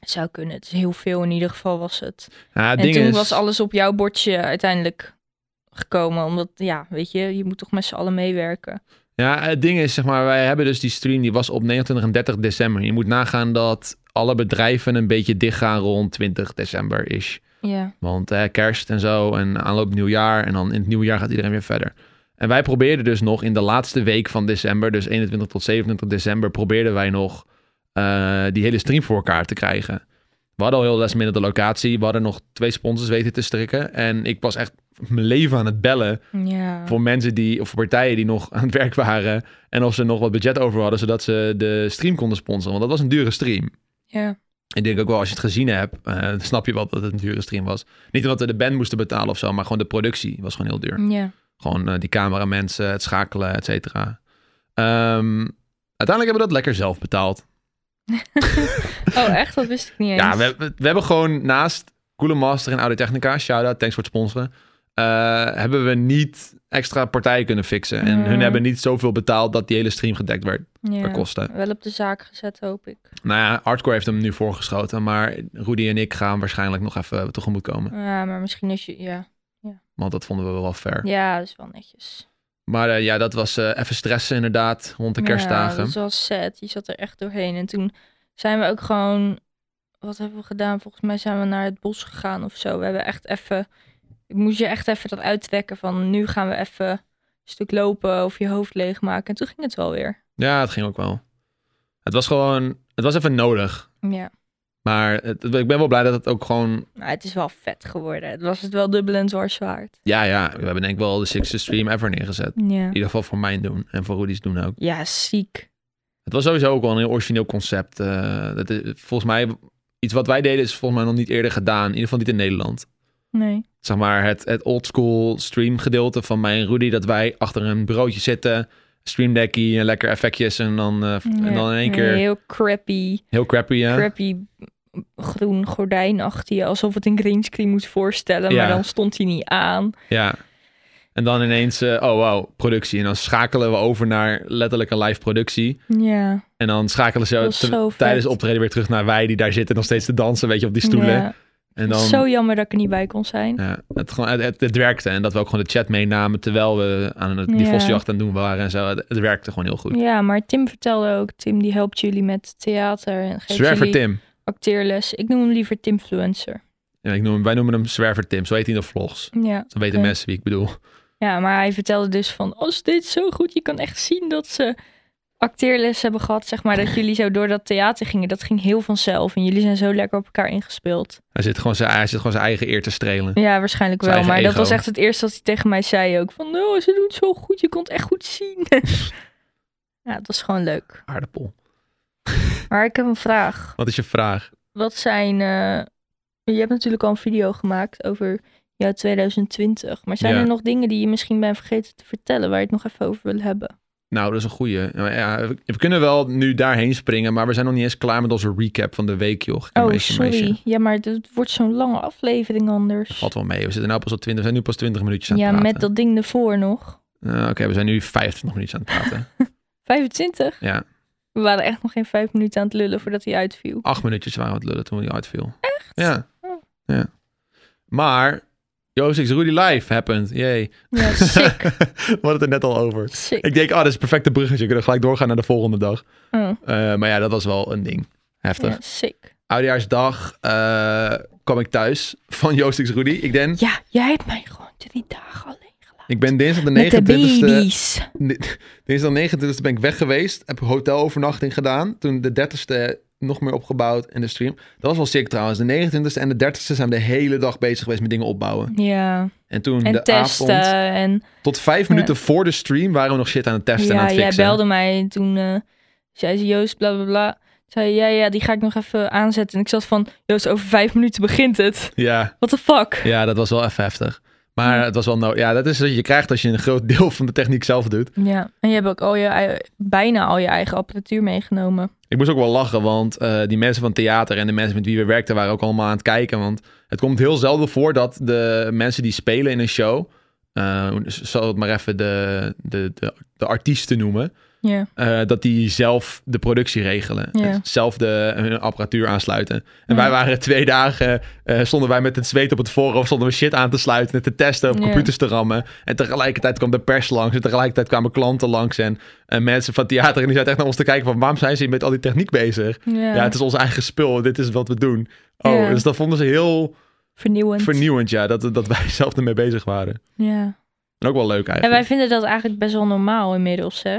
Speaker 2: Het zou kunnen, het is heel veel in ieder geval was het.
Speaker 1: Ja, het
Speaker 2: en
Speaker 1: ding
Speaker 2: toen
Speaker 1: is,
Speaker 2: was alles op jouw bordje uiteindelijk gekomen. Omdat, ja, weet je, je moet toch met z'n allen meewerken.
Speaker 1: Ja, het ding is, zeg maar, wij hebben dus die stream, die was op 29 en 30 december. Je moet nagaan dat alle bedrijven een beetje dichtgaan rond 20 december is.
Speaker 2: Ja,
Speaker 1: Want hè, kerst en zo, en aanloop nieuwjaar, en dan in het nieuwjaar gaat iedereen weer verder. En wij probeerden dus nog in de laatste week van december, dus 21 tot 27 december, probeerden wij nog eh, die hele stream voor elkaar te krijgen. We hadden al heel last minute de locatie, we hadden nog twee sponsors weten te strikken. En ik was echt mijn leven aan het bellen
Speaker 2: ja.
Speaker 1: voor mensen die, of voor partijen die nog aan het werk waren. En of ze nog wat budget over hadden, zodat ze de stream konden sponsoren. Want dat was een dure stream.
Speaker 2: ja.
Speaker 1: Ik denk ook wel, als je het gezien hebt, eh, dan snap je wel dat het een dure stream was. Niet omdat we de band moesten betalen of zo, maar gewoon de productie was gewoon heel duur.
Speaker 2: ja.
Speaker 1: Gewoon eh, die cameramensen, het schakelen, et cetera. Ehm, uiteindelijk hebben we dat lekker zelf betaald.
Speaker 2: Oh, echt? Dat wist ik niet eens.
Speaker 1: Ja, we, we- we hebben gewoon naast Coole Master en Audio Technica, shout-out, thanks voor het sponsoren, eh, hebben we niet extra partijen kunnen fixen. En
Speaker 2: Mm.
Speaker 1: hun hebben niet zoveel betaald dat die hele stream gedekt werd per
Speaker 2: ja.
Speaker 1: kosten.
Speaker 2: Wel op de zaak gezet, hoop ik.
Speaker 1: Nou ja, Hardcore heeft hem nu voorgeschoten, maar Rudy en ik gaan waarschijnlijk nog even tegemoet komen.
Speaker 2: Ja, maar misschien als je... Ja,
Speaker 1: Want dat vonden we wel fair.
Speaker 2: ja dat is wel netjes.
Speaker 1: Maar eh, ja, dat was eh, even stressen inderdaad, rond de
Speaker 2: Ja,
Speaker 1: kerstdagen.
Speaker 2: dat is wel sad. Je zat er echt doorheen. En toen zijn we ook gewoon... Wat hebben we gedaan? Volgens mij zijn we naar het bos gegaan of zo. We hebben echt even... Ik moest je echt even dat uittrekken van... Nu gaan we even een stuk lopen of je hoofd leegmaken. En toen ging het wel weer.
Speaker 1: Ja, het ging ook wel. Het was gewoon, het was even nodig.
Speaker 2: Ja.
Speaker 1: Maar het- ik ben wel blij dat het ook gewoon
Speaker 2: Maar het is wel vet geworden. Het was het wel dubbel en dwars waard.
Speaker 1: Ja, ja. We hebben denk ik wel de sixth stream ever neergezet.
Speaker 2: Ja.
Speaker 1: In ieder geval voor mijn doen en voor Rudy's doen ook.
Speaker 2: Ja, ziek.
Speaker 1: Het was sowieso ook wel een heel origineel concept. Eh, dat is, volgens mij, iets wat wij deden is volgens mij nog niet eerder gedaan. In ieder geval niet in Nederland.
Speaker 2: Nee.
Speaker 1: Zeg maar het, het oldschool stream gedeelte van mij en Rudy. Dat wij achter een bureautje zitten, streamdeckie en lekker effectjes. En dan, eh, en dan in één keer
Speaker 2: Heel crappy.
Speaker 1: heel crappy. ja.
Speaker 2: crappy groen gordijn achter je. Alsof het een greenscreen moet voorstellen, maar
Speaker 1: Ja.
Speaker 2: dan stond hij niet aan.
Speaker 1: Ja. En dan ineens, eh, oh wow, productie. En dan schakelen we over naar letterlijk een live productie.
Speaker 2: Ja.
Speaker 1: En dan schakelen ze
Speaker 2: Dat is
Speaker 1: te-
Speaker 2: zo vet.
Speaker 1: tijdens optreden weer terug naar wij die daar zitten nog steeds te dansen, weet je, op die stoelen.
Speaker 2: Ja.
Speaker 1: En dan,
Speaker 2: Zo jammer dat ik er niet bij kon zijn.
Speaker 1: ja, het, gewoon, het, het, het werkte. En dat we ook gewoon de chat meenamen terwijl we aan het, die
Speaker 2: Ja.
Speaker 1: vosjacht aan het doen waren en zo. Het, het werkte gewoon heel goed.
Speaker 2: Ja, maar Tim vertelde ook, Tim die helpt jullie met theater en geeft
Speaker 1: Zwerver
Speaker 2: jullie
Speaker 1: Tim.
Speaker 2: acteerles. Ik noem hem liever Timfluencer.
Speaker 1: Ja, ik noem, wij noemen hem Zwerver Tim. Zo heet hij in de vlogs.
Speaker 2: Ja.
Speaker 1: Dan weten
Speaker 2: Oké.
Speaker 1: mensen wie ik bedoel.
Speaker 2: ja, maar hij vertelde dus van, als dit zo goed, je kan echt zien dat ze acteerles hebben gehad, zeg maar, dat jullie zo door dat theater gingen. Dat ging heel vanzelf en jullie zijn zo lekker op elkaar ingespeeld.
Speaker 1: Hij zit gewoon zijn, hij zit gewoon zijn eigen eer te strelen.
Speaker 2: Ja, waarschijnlijk
Speaker 1: Zijn
Speaker 2: wel,
Speaker 1: eigen
Speaker 2: maar dat
Speaker 1: ego.
Speaker 2: was echt het eerste wat hij tegen mij zei ook. Van, nou, ze doen het zo goed, je kon het echt goed zien. ja, het was gewoon leuk.
Speaker 1: Aardappel.
Speaker 2: Maar ik heb een vraag.
Speaker 1: Wat is je vraag?
Speaker 2: Wat zijn. eh, je hebt natuurlijk al een video gemaakt over jouw 2020. Maar zijn
Speaker 1: Ja.
Speaker 2: er nog dingen die je misschien bent vergeten te vertellen waar je het nog even over wil hebben?
Speaker 1: Nou, dat is een goeie. Nou Ja, we we kunnen wel nu daarheen springen, maar we zijn nog niet eens klaar met onze recap van de week, joh. Gekke
Speaker 2: oh,
Speaker 1: meisje,
Speaker 2: sorry.
Speaker 1: meisje.
Speaker 2: Ja, maar het wordt zo'n lange aflevering anders.
Speaker 1: Valt wel mee. We, zitten nou pas op 20, we zijn nu pas 20 minuutjes aan
Speaker 2: ja,
Speaker 1: het praten.
Speaker 2: met dat ding ervoor nog.
Speaker 1: Eh, Oké, we zijn nu 25 minuutjes aan het praten.
Speaker 2: 25?
Speaker 1: Ja.
Speaker 2: We waren echt nog geen vijf minuten aan het lullen voordat hij uitviel.
Speaker 1: Acht minuutjes waren we aan het lullen toen hij uitviel. Echt? Ja. ja. Maar, Joost X Rudy live happened. Yay.
Speaker 2: Ja, sick.
Speaker 1: we hadden het er net al over.
Speaker 2: sick.
Speaker 1: Ik denk, ah, dit is een perfecte bruggetje. We kunnen gelijk doorgaan naar de volgende dag.
Speaker 2: Oh,
Speaker 1: Eh, maar ja, dat was wel een ding. Heftig.
Speaker 2: ja, sick.
Speaker 1: Oudejaarsdag eh, kwam ik thuis van Joost X Rudy. Ik, denk,
Speaker 2: Ja, jij hebt mij gewoon drie dagen alleen gelaten.
Speaker 1: ik ben dinsdag de
Speaker 2: Met de
Speaker 1: 29e
Speaker 2: baby's.
Speaker 1: Dinsdag 29 ben ik weg geweest. Heb hotelovernachting gedaan. Toen de 30ste nog meer opgebouwd en de stream. Dat was wel sick trouwens. De 29ste en de 30ste zijn we de hele dag bezig geweest met dingen opbouwen.
Speaker 2: Ja,
Speaker 1: En toen
Speaker 2: en
Speaker 1: de
Speaker 2: testen
Speaker 1: avond.
Speaker 2: en...
Speaker 1: Tot vijf minuten voor de stream waren we nog shit aan het testen en aan
Speaker 2: Ja,
Speaker 1: het
Speaker 2: jij
Speaker 1: fixen.
Speaker 2: belde mij en toen eh, zei ze Joost, bla bla bla. Toen zei je, ja, ja, die ga ik nog even aanzetten. En ik zat van, Joost, over vijf minuten begint het.
Speaker 1: Ja,
Speaker 2: What the fuck?
Speaker 1: ja, dat was wel even heftig. Maar
Speaker 2: Ja.
Speaker 1: het was wel no Ja, dat is wat je krijgt als je een groot deel van de techniek zelf doet.
Speaker 2: Ja, en je hebt ook al je, ei- bijna al je eigen apparatuur meegenomen.
Speaker 1: Ik moest ook wel lachen, want eh, die mensen van theater en de mensen met wie we werkten waren ook allemaal aan het kijken. Want het komt heel zelden voor dat de mensen die spelen in een show, eh zal het maar even de, de, de, de artiesten noemen,
Speaker 2: Ja,
Speaker 1: eh, dat die zelf de productie regelen.
Speaker 2: Ja.
Speaker 1: En Zelf de, hun apparatuur aansluiten. En
Speaker 2: Ja.
Speaker 1: wij waren twee dagen, eh, stonden wij met het zweet op het voorhoofd, stonden we shit aan te sluiten, en te testen, op
Speaker 2: Ja.
Speaker 1: computers te rammen. En tegelijkertijd kwam de pers langs en tegelijkertijd kwamen klanten langs en, en mensen van theater. En die zaten echt naar ons te kijken van waarom zijn ze hier met al die techniek bezig?
Speaker 2: ja.
Speaker 1: Ja, het is ons eigen spul, dit is wat we doen. Oh,
Speaker 2: Ja.
Speaker 1: dus dat vonden ze heel
Speaker 2: vernieuwend.
Speaker 1: vernieuwend, ja, dat, dat wij zelf ermee bezig waren.
Speaker 2: ja.
Speaker 1: En ook wel leuk eigenlijk.
Speaker 2: En wij vinden dat eigenlijk best wel normaal inmiddels, hè?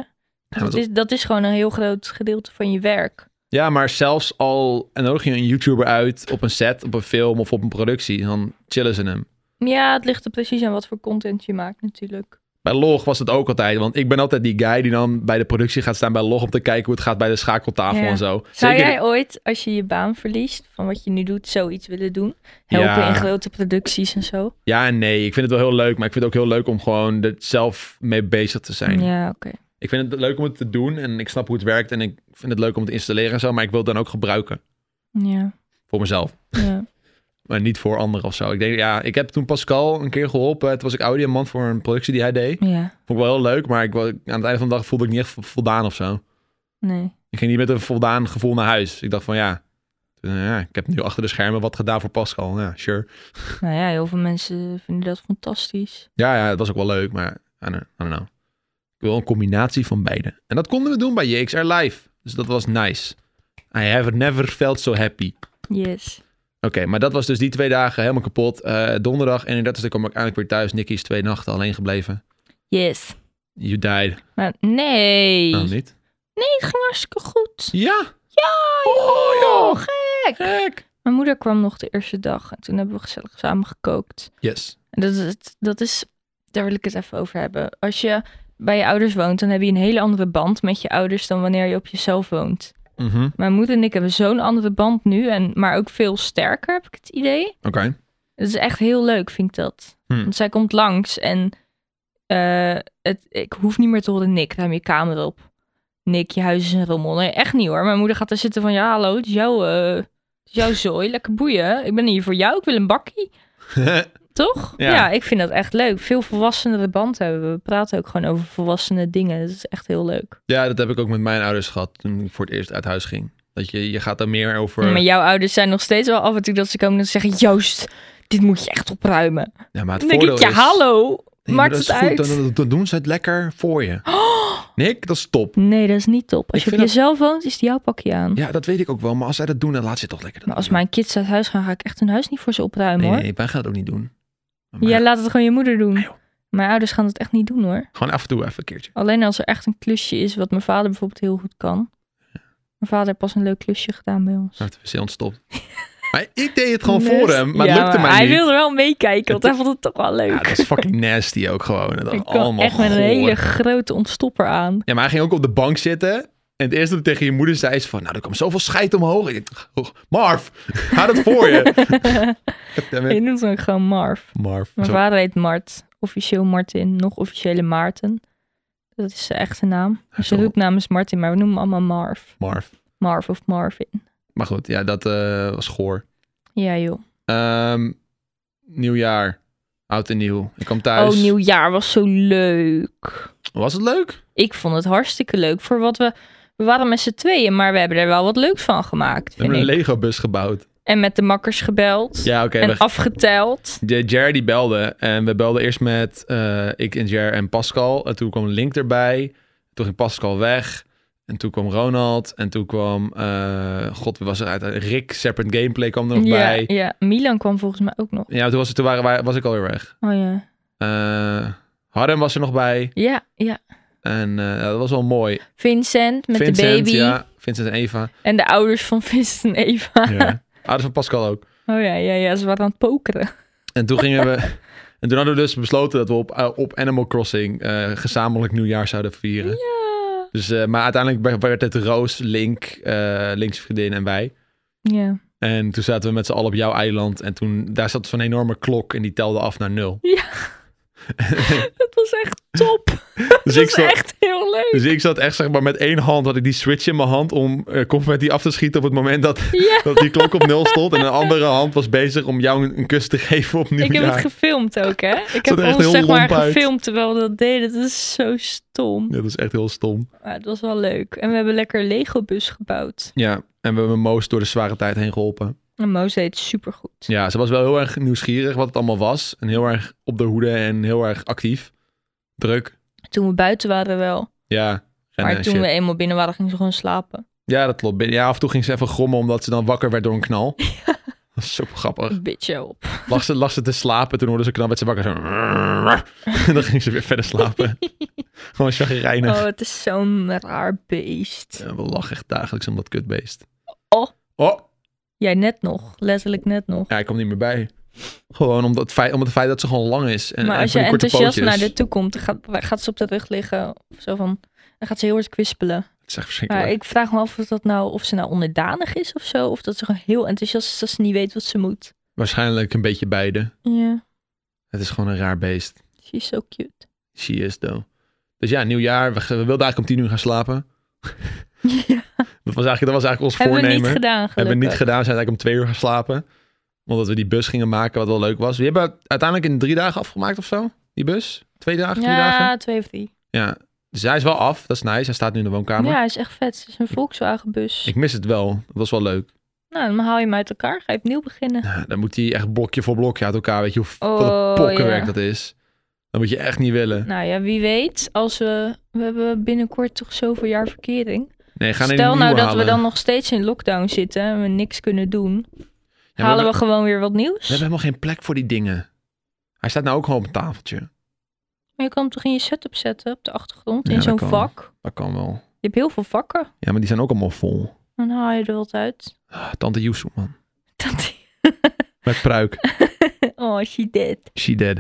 Speaker 1: Ja, want-
Speaker 2: dat, is, dat is gewoon een heel groot gedeelte van je werk.
Speaker 1: Ja, maar zelfs al nodig je een YouTuber uit op een set, op een film of op een productie, dan chillen ze hem.
Speaker 2: Ja, het ligt er precies aan wat voor content je maakt natuurlijk.
Speaker 1: Bij Log was het ook altijd, want ik ben altijd die guy die dan bij de productie gaat staan bij Log om te kijken hoe het gaat bij de schakeltafel
Speaker 2: Ja.
Speaker 1: en zo.
Speaker 2: Zou
Speaker 1: Zeker-
Speaker 2: jij ooit, als je je baan verliest, van wat je nu doet, zoiets willen doen? Helpen
Speaker 1: Ja.
Speaker 2: in grote producties en zo?
Speaker 1: Ja en nee, ik vind het wel heel leuk, maar ik vind het ook heel leuk om gewoon er zelf mee bezig te zijn.
Speaker 2: Ja, oké.
Speaker 1: Ik vind het leuk om het te doen en ik snap hoe het werkt en ik vind het leuk om het te installeren en zo, maar ik wil het dan ook gebruiken
Speaker 2: Ja,
Speaker 1: voor mezelf.
Speaker 2: ja.
Speaker 1: Maar niet voor anderen of zo. Ik denk, ja, ik heb toen Pascal een keer geholpen. Toen was ik audioman voor een productie die hij deed.
Speaker 2: ja.
Speaker 1: Vond ik wel heel leuk, maar ik, wa- aan het einde van de dag voelde ik niet echt vo- voldaan of zo.
Speaker 2: Nee.
Speaker 1: Ik ging niet met een voldaan gevoel naar huis. Ik dacht van ja, eh, ja ik heb nu achter de schermen wat gedaan voor Pascal. Ja, sure.
Speaker 2: Nou ja, heel veel mensen vinden dat fantastisch.
Speaker 1: Ja, ja, het was ook wel leuk, maar I don't, I don't know. Ik wil een combinatie van beide. En dat konden we doen bij JXR Live. Dus dat was nice. I have never felt so happy.
Speaker 2: Yes.
Speaker 1: Oké, maar dat was dus die twee dagen helemaal kapot. Eh, donderdag 31ste kwam ik eindelijk weer thuis. Nicky is twee nachten alleen gebleven.
Speaker 2: Yes.
Speaker 1: You died.
Speaker 2: Maar nee.
Speaker 1: Nou, niet?
Speaker 2: Nee, het ging hartstikke goed.
Speaker 1: Ja!
Speaker 2: Ja,
Speaker 1: Oh, joh.
Speaker 2: gek.
Speaker 1: Gek!
Speaker 2: Mijn moeder kwam nog de eerste dag en toen hebben we gezellig samen gekookt.
Speaker 1: Yes.
Speaker 2: En dat, dat, dat is, daar wil ik het even over hebben. Als je bij je ouders woont, dan heb je een hele andere band met je ouders dan wanneer je op jezelf woont.
Speaker 1: Mhm.
Speaker 2: Mijn moeder en ik hebben zo'n andere band nu, en, maar ook veel sterker heb ik het idee.
Speaker 1: Oké.
Speaker 2: Het is echt heel leuk, vind ik dat.
Speaker 1: Hmm.
Speaker 2: Want zij komt langs en eh, het, ik hoef niet meer te horen, Nick, ruim je kamer op. Nick, je huis is een rommel. Nee, echt niet hoor. Mijn moeder gaat daar zitten van, ja hallo, het is jouw, eh, het is jouw zooi, lekker boeien. Ik ben hier voor jou, ik wil een bakkie. Toch?
Speaker 1: Ja.
Speaker 2: ik vind dat echt leuk. Veel volwassenere band hebben we. We praten ook gewoon over volwassene dingen. Dat is echt heel leuk.
Speaker 1: Ja, dat heb ik ook met mijn ouders gehad toen ik voor het eerst uit huis ging. Dat je, je gaat daar meer over...
Speaker 2: Maar jouw ouders zijn nog steeds wel af en toe dat ze komen en zeggen... Joost, dit moet je echt opruimen.
Speaker 1: Ja, maar het
Speaker 2: Dan denk ik,
Speaker 1: voordeel
Speaker 2: ja,
Speaker 1: is-
Speaker 2: hallo,
Speaker 1: Nee, maar dat
Speaker 2: maakt het
Speaker 1: is goed,
Speaker 2: uit.
Speaker 1: Dan, dan doen ze het lekker voor je. Nick, dat is top.
Speaker 2: Nee, dat is niet top. Als
Speaker 1: Ik
Speaker 2: je op
Speaker 1: vind
Speaker 2: jezelf woont, is die jouw pakje aan.
Speaker 1: Ja, dat weet ik ook wel. Maar als zij dat doen, dan laat ze het toch lekker. dat
Speaker 2: Maar als
Speaker 1: doen.
Speaker 2: mijn kids uit huis gaan, ga ik echt hun huis niet voor ze opruimen,
Speaker 1: Nee,
Speaker 2: hoor.
Speaker 1: nee, wij gaan het ook niet doen. Maar
Speaker 2: Jij laat het gewoon je moeder doen.
Speaker 1: Ah, joh.
Speaker 2: Mijn ouders gaan het echt niet doen, hoor.
Speaker 1: Gewoon af en toe even een keertje.
Speaker 2: Alleen als er echt een klusje is, wat mijn vader bijvoorbeeld heel goed kan. Mijn vader heeft pas een leuk klusje gedaan bij ons.
Speaker 1: Dan heeft de wc ontstopt. maar ik deed het gewoon
Speaker 2: Dus-
Speaker 1: voor hem, maar het
Speaker 2: Ja,
Speaker 1: lukte mij
Speaker 2: hij
Speaker 1: niet.
Speaker 2: wilde wel meekijken, want
Speaker 1: Het-
Speaker 2: hij vond het toch wel leuk.
Speaker 1: Ja, dat is fucking nasty ook gewoon. Dat was
Speaker 2: ik kwam
Speaker 1: allemaal
Speaker 2: echt met een
Speaker 1: goor.
Speaker 2: hele grote ontstopper aan.
Speaker 1: Ja, maar hij ging ook op de bank zitten. En het eerste dat hij tegen je moeder zei is van... Nou, er kwam zoveel scheid omhoog. En ik dacht, oh, Marv, hou dat voor je. Goddammit.
Speaker 2: Je noemt hem gewoon Marv.
Speaker 1: Marv.
Speaker 2: Mijn
Speaker 1: Zo,
Speaker 2: vader heet Mart. Officieel Martin, nog officiële Maarten. Dat is zijn echte naam. Dus
Speaker 1: zo.
Speaker 2: zijn roepnaam is Martin, maar we noemen hem allemaal Marv.
Speaker 1: Marv.
Speaker 2: Marv of Marvin.
Speaker 1: Maar goed, ja, dat eh, was goor.
Speaker 2: Ja joh.
Speaker 1: Ehm, nieuwjaar. Oud en nieuw. Ik kwam thuis.
Speaker 2: Oh, nieuwjaar was zo leuk.
Speaker 1: Was het leuk?
Speaker 2: Ik vond het hartstikke leuk voor wat we... We waren met z'n tweeën, maar we hebben er wel wat leuks van gemaakt,
Speaker 1: We
Speaker 2: vind
Speaker 1: hebben een
Speaker 2: ik.
Speaker 1: Lego-bus gebouwd.
Speaker 2: En met de makkers gebeld.
Speaker 1: Ja, oké.
Speaker 2: en
Speaker 1: we-
Speaker 2: afgeteld.
Speaker 1: J- Jer die belde. En we belden eerst met eh, ik en Jer en Pascal. En toen kwam Link erbij. Toen ging Pascal weg. En toen kwam Ronald. En toen kwam... eh, God, wie was er uit? Rick Serpent Gameplay kwam er nog
Speaker 2: Ja,
Speaker 1: bij.
Speaker 2: ja, Milan kwam volgens mij ook nog.
Speaker 1: Ja, toen was, het, toen waren, wij- was ik alweer weg.
Speaker 2: Oh ja.
Speaker 1: Eh Harm was er nog bij.
Speaker 2: Ja, ja.
Speaker 1: En eh, dat was wel mooi.
Speaker 2: Vincent met de
Speaker 1: Vincent,
Speaker 2: baby.
Speaker 1: ja. Vincent en Eva.
Speaker 2: En de ouders van Vincent en Eva.
Speaker 1: Ja. Ouders van Pascal ook.
Speaker 2: Oh ja, ja, ja, ze waren aan het pokeren.
Speaker 1: En toen gingen we. En toen hadden we dus besloten dat we op, eh, op Animal Crossing eh, gezamenlijk nieuwjaar zouden vieren.
Speaker 2: Ja.
Speaker 1: Dus, eh, maar uiteindelijk werd- werd het Roos, Link, eh Links vriendin en wij.
Speaker 2: Ja.
Speaker 1: En toen zaten we met z'n allen op jouw eiland. En toen, daar zat zo'n enorme klok en die telde af naar nul.
Speaker 2: Dat was echt top.
Speaker 1: Dus,
Speaker 2: dat
Speaker 1: ik
Speaker 2: was
Speaker 1: zat,
Speaker 2: echt heel leuk.
Speaker 1: dus ik zat echt zeg maar met één hand, had ik die switch in mijn hand om eh confetti af te schieten op het moment dat,
Speaker 2: Ja,
Speaker 1: dat die klok op nul stond. En een andere hand was bezig om jou een, een kus te geven op
Speaker 2: ik
Speaker 1: nieuwjaar.
Speaker 2: heb het gefilmd ook, hè. Ik
Speaker 1: er
Speaker 2: heb
Speaker 1: echt
Speaker 2: ons
Speaker 1: heel
Speaker 2: zeg maar
Speaker 1: lomp uit.
Speaker 2: gefilmd terwijl we dat deden. Dat is zo stom.
Speaker 1: Ja, dat is echt heel stom.
Speaker 2: Maar het was wel leuk. En we hebben lekker Lego-bus gebouwd.
Speaker 1: Ja, en we hebben Moos door de zware tijd heen geholpen.
Speaker 2: En Moos deed het supergoed.
Speaker 1: Ja, ze was wel heel erg nieuwsgierig wat het allemaal was. En heel erg op de hoede en heel erg actief. Druk.
Speaker 2: Toen we buiten waren wel.
Speaker 1: Ja. En,
Speaker 2: Maar
Speaker 1: eh,
Speaker 2: toen
Speaker 1: shit.
Speaker 2: we eenmaal binnen waren, gingen ze gewoon slapen.
Speaker 1: Ja, dat klopt. Ja, af en toe ging ze even grommen omdat ze dan wakker werd door een knal. Dat is super grappig.
Speaker 2: Bitch yo, op.
Speaker 1: Lag ze, lag ze te slapen, toen hoorde ze een knal, werd ze wakker. Zo... En dan ging ze weer verder slapen. Gewoon chagrijnig.
Speaker 2: Oh, het is zo'n raar beest.
Speaker 1: Ja, we lachen echt dagelijks om dat kutbeest.
Speaker 2: Oh.
Speaker 1: Oh,
Speaker 2: Jij net nog. Letterlijk net nog.
Speaker 1: ja, ik kwam niet meer bij. Gewoon omdat het feit, omdat het feit dat ze gewoon lang is. En,
Speaker 2: maar
Speaker 1: en
Speaker 2: als je
Speaker 1: van die korte
Speaker 2: enthousiast
Speaker 1: pootjes.
Speaker 2: naar de toekomt, dan gaat, gaat ze op de rug liggen. Of zo van, dan gaat ze heel hard kwispelen.
Speaker 1: Het is echt
Speaker 2: Maar
Speaker 1: verschrikkelijk.
Speaker 2: ik vraag me af of, dat nou, of ze nou onderdanig is of zo. Of dat ze gewoon heel enthousiast is dat ze niet weet wat ze moet.
Speaker 1: Waarschijnlijk een beetje beide.
Speaker 2: Ja,
Speaker 1: Het is gewoon een raar beest.
Speaker 2: she is so cute.
Speaker 1: She is though. Dus ja, nieuwjaar. We, we wilden eigenlijk om tien uur gaan slapen.
Speaker 2: Ja.
Speaker 1: Dat was eigenlijk, dat was eigenlijk ons
Speaker 2: Hebben we
Speaker 1: voornemen.
Speaker 2: niet gedaan, gelukkig.
Speaker 1: Hebben we niet gedaan. We zijn eigenlijk om twee uur gaan slapen. Omdat we die bus gingen maken, wat wel leuk was. We hebben uiteindelijk in drie dagen afgemaakt of zo. Die bus. Twee dagen, drie dagen.
Speaker 2: Ja, twee of drie.
Speaker 1: Ja. Dus hij is wel af. Dat is nice. Hij staat nu in de woonkamer.
Speaker 2: Ja, hij is echt vet. Het is een Volkswagenbus.
Speaker 1: Ik mis het wel. Dat was wel leuk.
Speaker 2: Nou, dan haal je hem uit elkaar. Ga je opnieuw beginnen.
Speaker 1: Ja, dan moet hij echt blokje voor blokje uit elkaar. Weet je hoe
Speaker 2: Oh,
Speaker 1: wat een pokkenwerk
Speaker 2: ja.
Speaker 1: dat is. Dat moet je echt niet willen.
Speaker 2: Nou ja, wie weet. Als we, we hebben binnenkort toch zoveel jaar verkering.
Speaker 1: Nee, gaan
Speaker 2: Stel nou dat we dan nog steeds in lockdown zitten en we niks kunnen doen. halen we gewoon weer wat nieuws.
Speaker 1: We hebben helemaal geen plek voor die dingen. Hij staat nou ook gewoon op een tafeltje.
Speaker 2: Maar je kan hem toch in je setup zetten op de achtergrond,
Speaker 1: Ja,
Speaker 2: in
Speaker 1: dat
Speaker 2: zo'n
Speaker 1: kan.
Speaker 2: vak.
Speaker 1: Dat kan wel.
Speaker 2: Je hebt heel veel vakken.
Speaker 1: Ja, maar die zijn ook allemaal vol.
Speaker 2: Dan haal je er wat uit.
Speaker 1: Ah, Tante Yusu, man.
Speaker 2: Dat-
Speaker 1: Met pruik.
Speaker 2: oh, she did.
Speaker 1: She dead.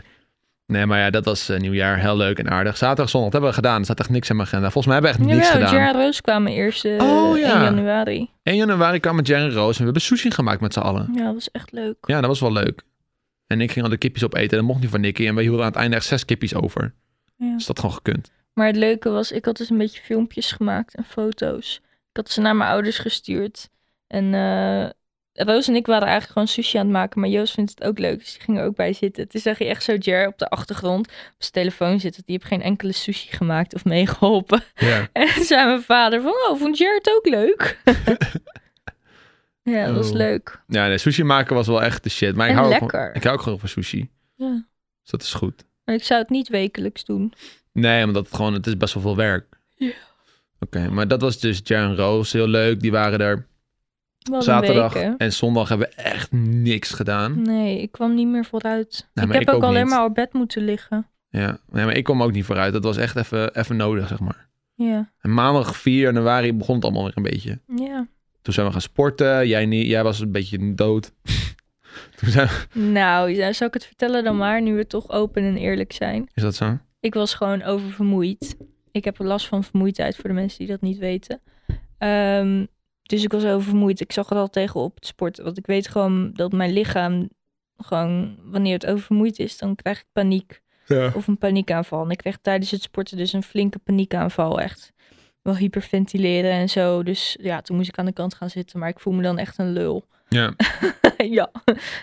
Speaker 1: Nee, maar ja, dat was eh, nieuwjaar. Heel leuk en aardig. Zaterdag, zondag dat hebben we gedaan. Er staat echt niks in mijn agenda. Volgens mij hebben we echt niets
Speaker 2: Jawel,
Speaker 1: gedaan.
Speaker 2: Jar en Roos kwamen eerst eh,
Speaker 1: Oh, ja.
Speaker 2: 1 januari.
Speaker 1: 1 januari kwamen Jer en Roos en we hebben sushi gemaakt met z'n allen.
Speaker 2: Ja, dat was echt leuk.
Speaker 1: Ja, dat was wel leuk. En ik ging al de kipjes opeten. Dat mocht niet van Nicky. En we hielden aan het einde echt zes kipjes over.
Speaker 2: Ja.
Speaker 1: Dus dat gewoon gekund.
Speaker 2: Maar het leuke was, ik had dus een beetje filmpjes gemaakt en foto's. Ik had ze naar mijn ouders gestuurd. En eh, Roos en ik waren eigenlijk gewoon sushi aan het maken. Maar Joost vindt het ook leuk, dus die ging er ook bij zitten. Toen zag je echt zo Jer op de achtergrond op zijn telefoon zitten. Die heeft geen enkele sushi gemaakt of meegeholpen.
Speaker 1: Ja.
Speaker 2: En toen zei mijn vader van, oh, vond Jared ook leuk? Ja, dat was
Speaker 1: Oh.
Speaker 2: leuk.
Speaker 1: Ja, nee, sushi maken was wel echt de shit. Maar ik
Speaker 2: En
Speaker 1: hou, ook
Speaker 2: lekker.
Speaker 1: gewoon- ik hou ook gewoon van sushi.
Speaker 2: Ja.
Speaker 1: Dus dat is goed.
Speaker 2: Maar ik zou het niet wekelijks doen.
Speaker 1: Nee, omdat het gewoon, het is best wel veel werk.
Speaker 2: Ja.
Speaker 1: Oké, maar dat was dus Jan Roos. Heel leuk. Die waren er
Speaker 2: Wat
Speaker 1: zaterdag.
Speaker 2: een week,
Speaker 1: En zondag hebben we echt niks gedaan.
Speaker 2: hè? Nee, ik kwam niet meer vooruit.
Speaker 1: maar
Speaker 2: ik heb
Speaker 1: ik
Speaker 2: ook,
Speaker 1: ook
Speaker 2: alleen
Speaker 1: niet.
Speaker 2: maar op bed moeten liggen.
Speaker 1: Ja, nee, maar ik kwam ook niet vooruit. Dat was echt even, even nodig, zeg maar.
Speaker 2: Ja.
Speaker 1: En maandag 4 januari begon het allemaal weer een beetje.
Speaker 2: Ja.
Speaker 1: Toen zijn we gaan sporten. Jij, niet, jij was een beetje dood. Toen zijn we-
Speaker 2: Nou, ja, zal ik het vertellen dan maar, nu we toch open en eerlijk zijn?
Speaker 1: Is dat zo?
Speaker 2: Ik was gewoon oververmoeid. Ik heb last van vermoeidheid voor de mensen die dat niet weten. Ehm, dus ik was oververmoeid. Ik zag het al tegen op het sporten. Want ik weet gewoon dat mijn lichaam gewoon, wanneer het oververmoeid is, dan krijg ik paniek.
Speaker 1: Ja.
Speaker 2: Of een paniekaanval. En ik kreeg tijdens het sporten dus een flinke paniekaanval. Echt wel hyperventileren en zo. Dus ja, toen moest ik aan de kant gaan zitten. Maar ik voel me dan echt een lul.
Speaker 1: Ja.
Speaker 2: ja,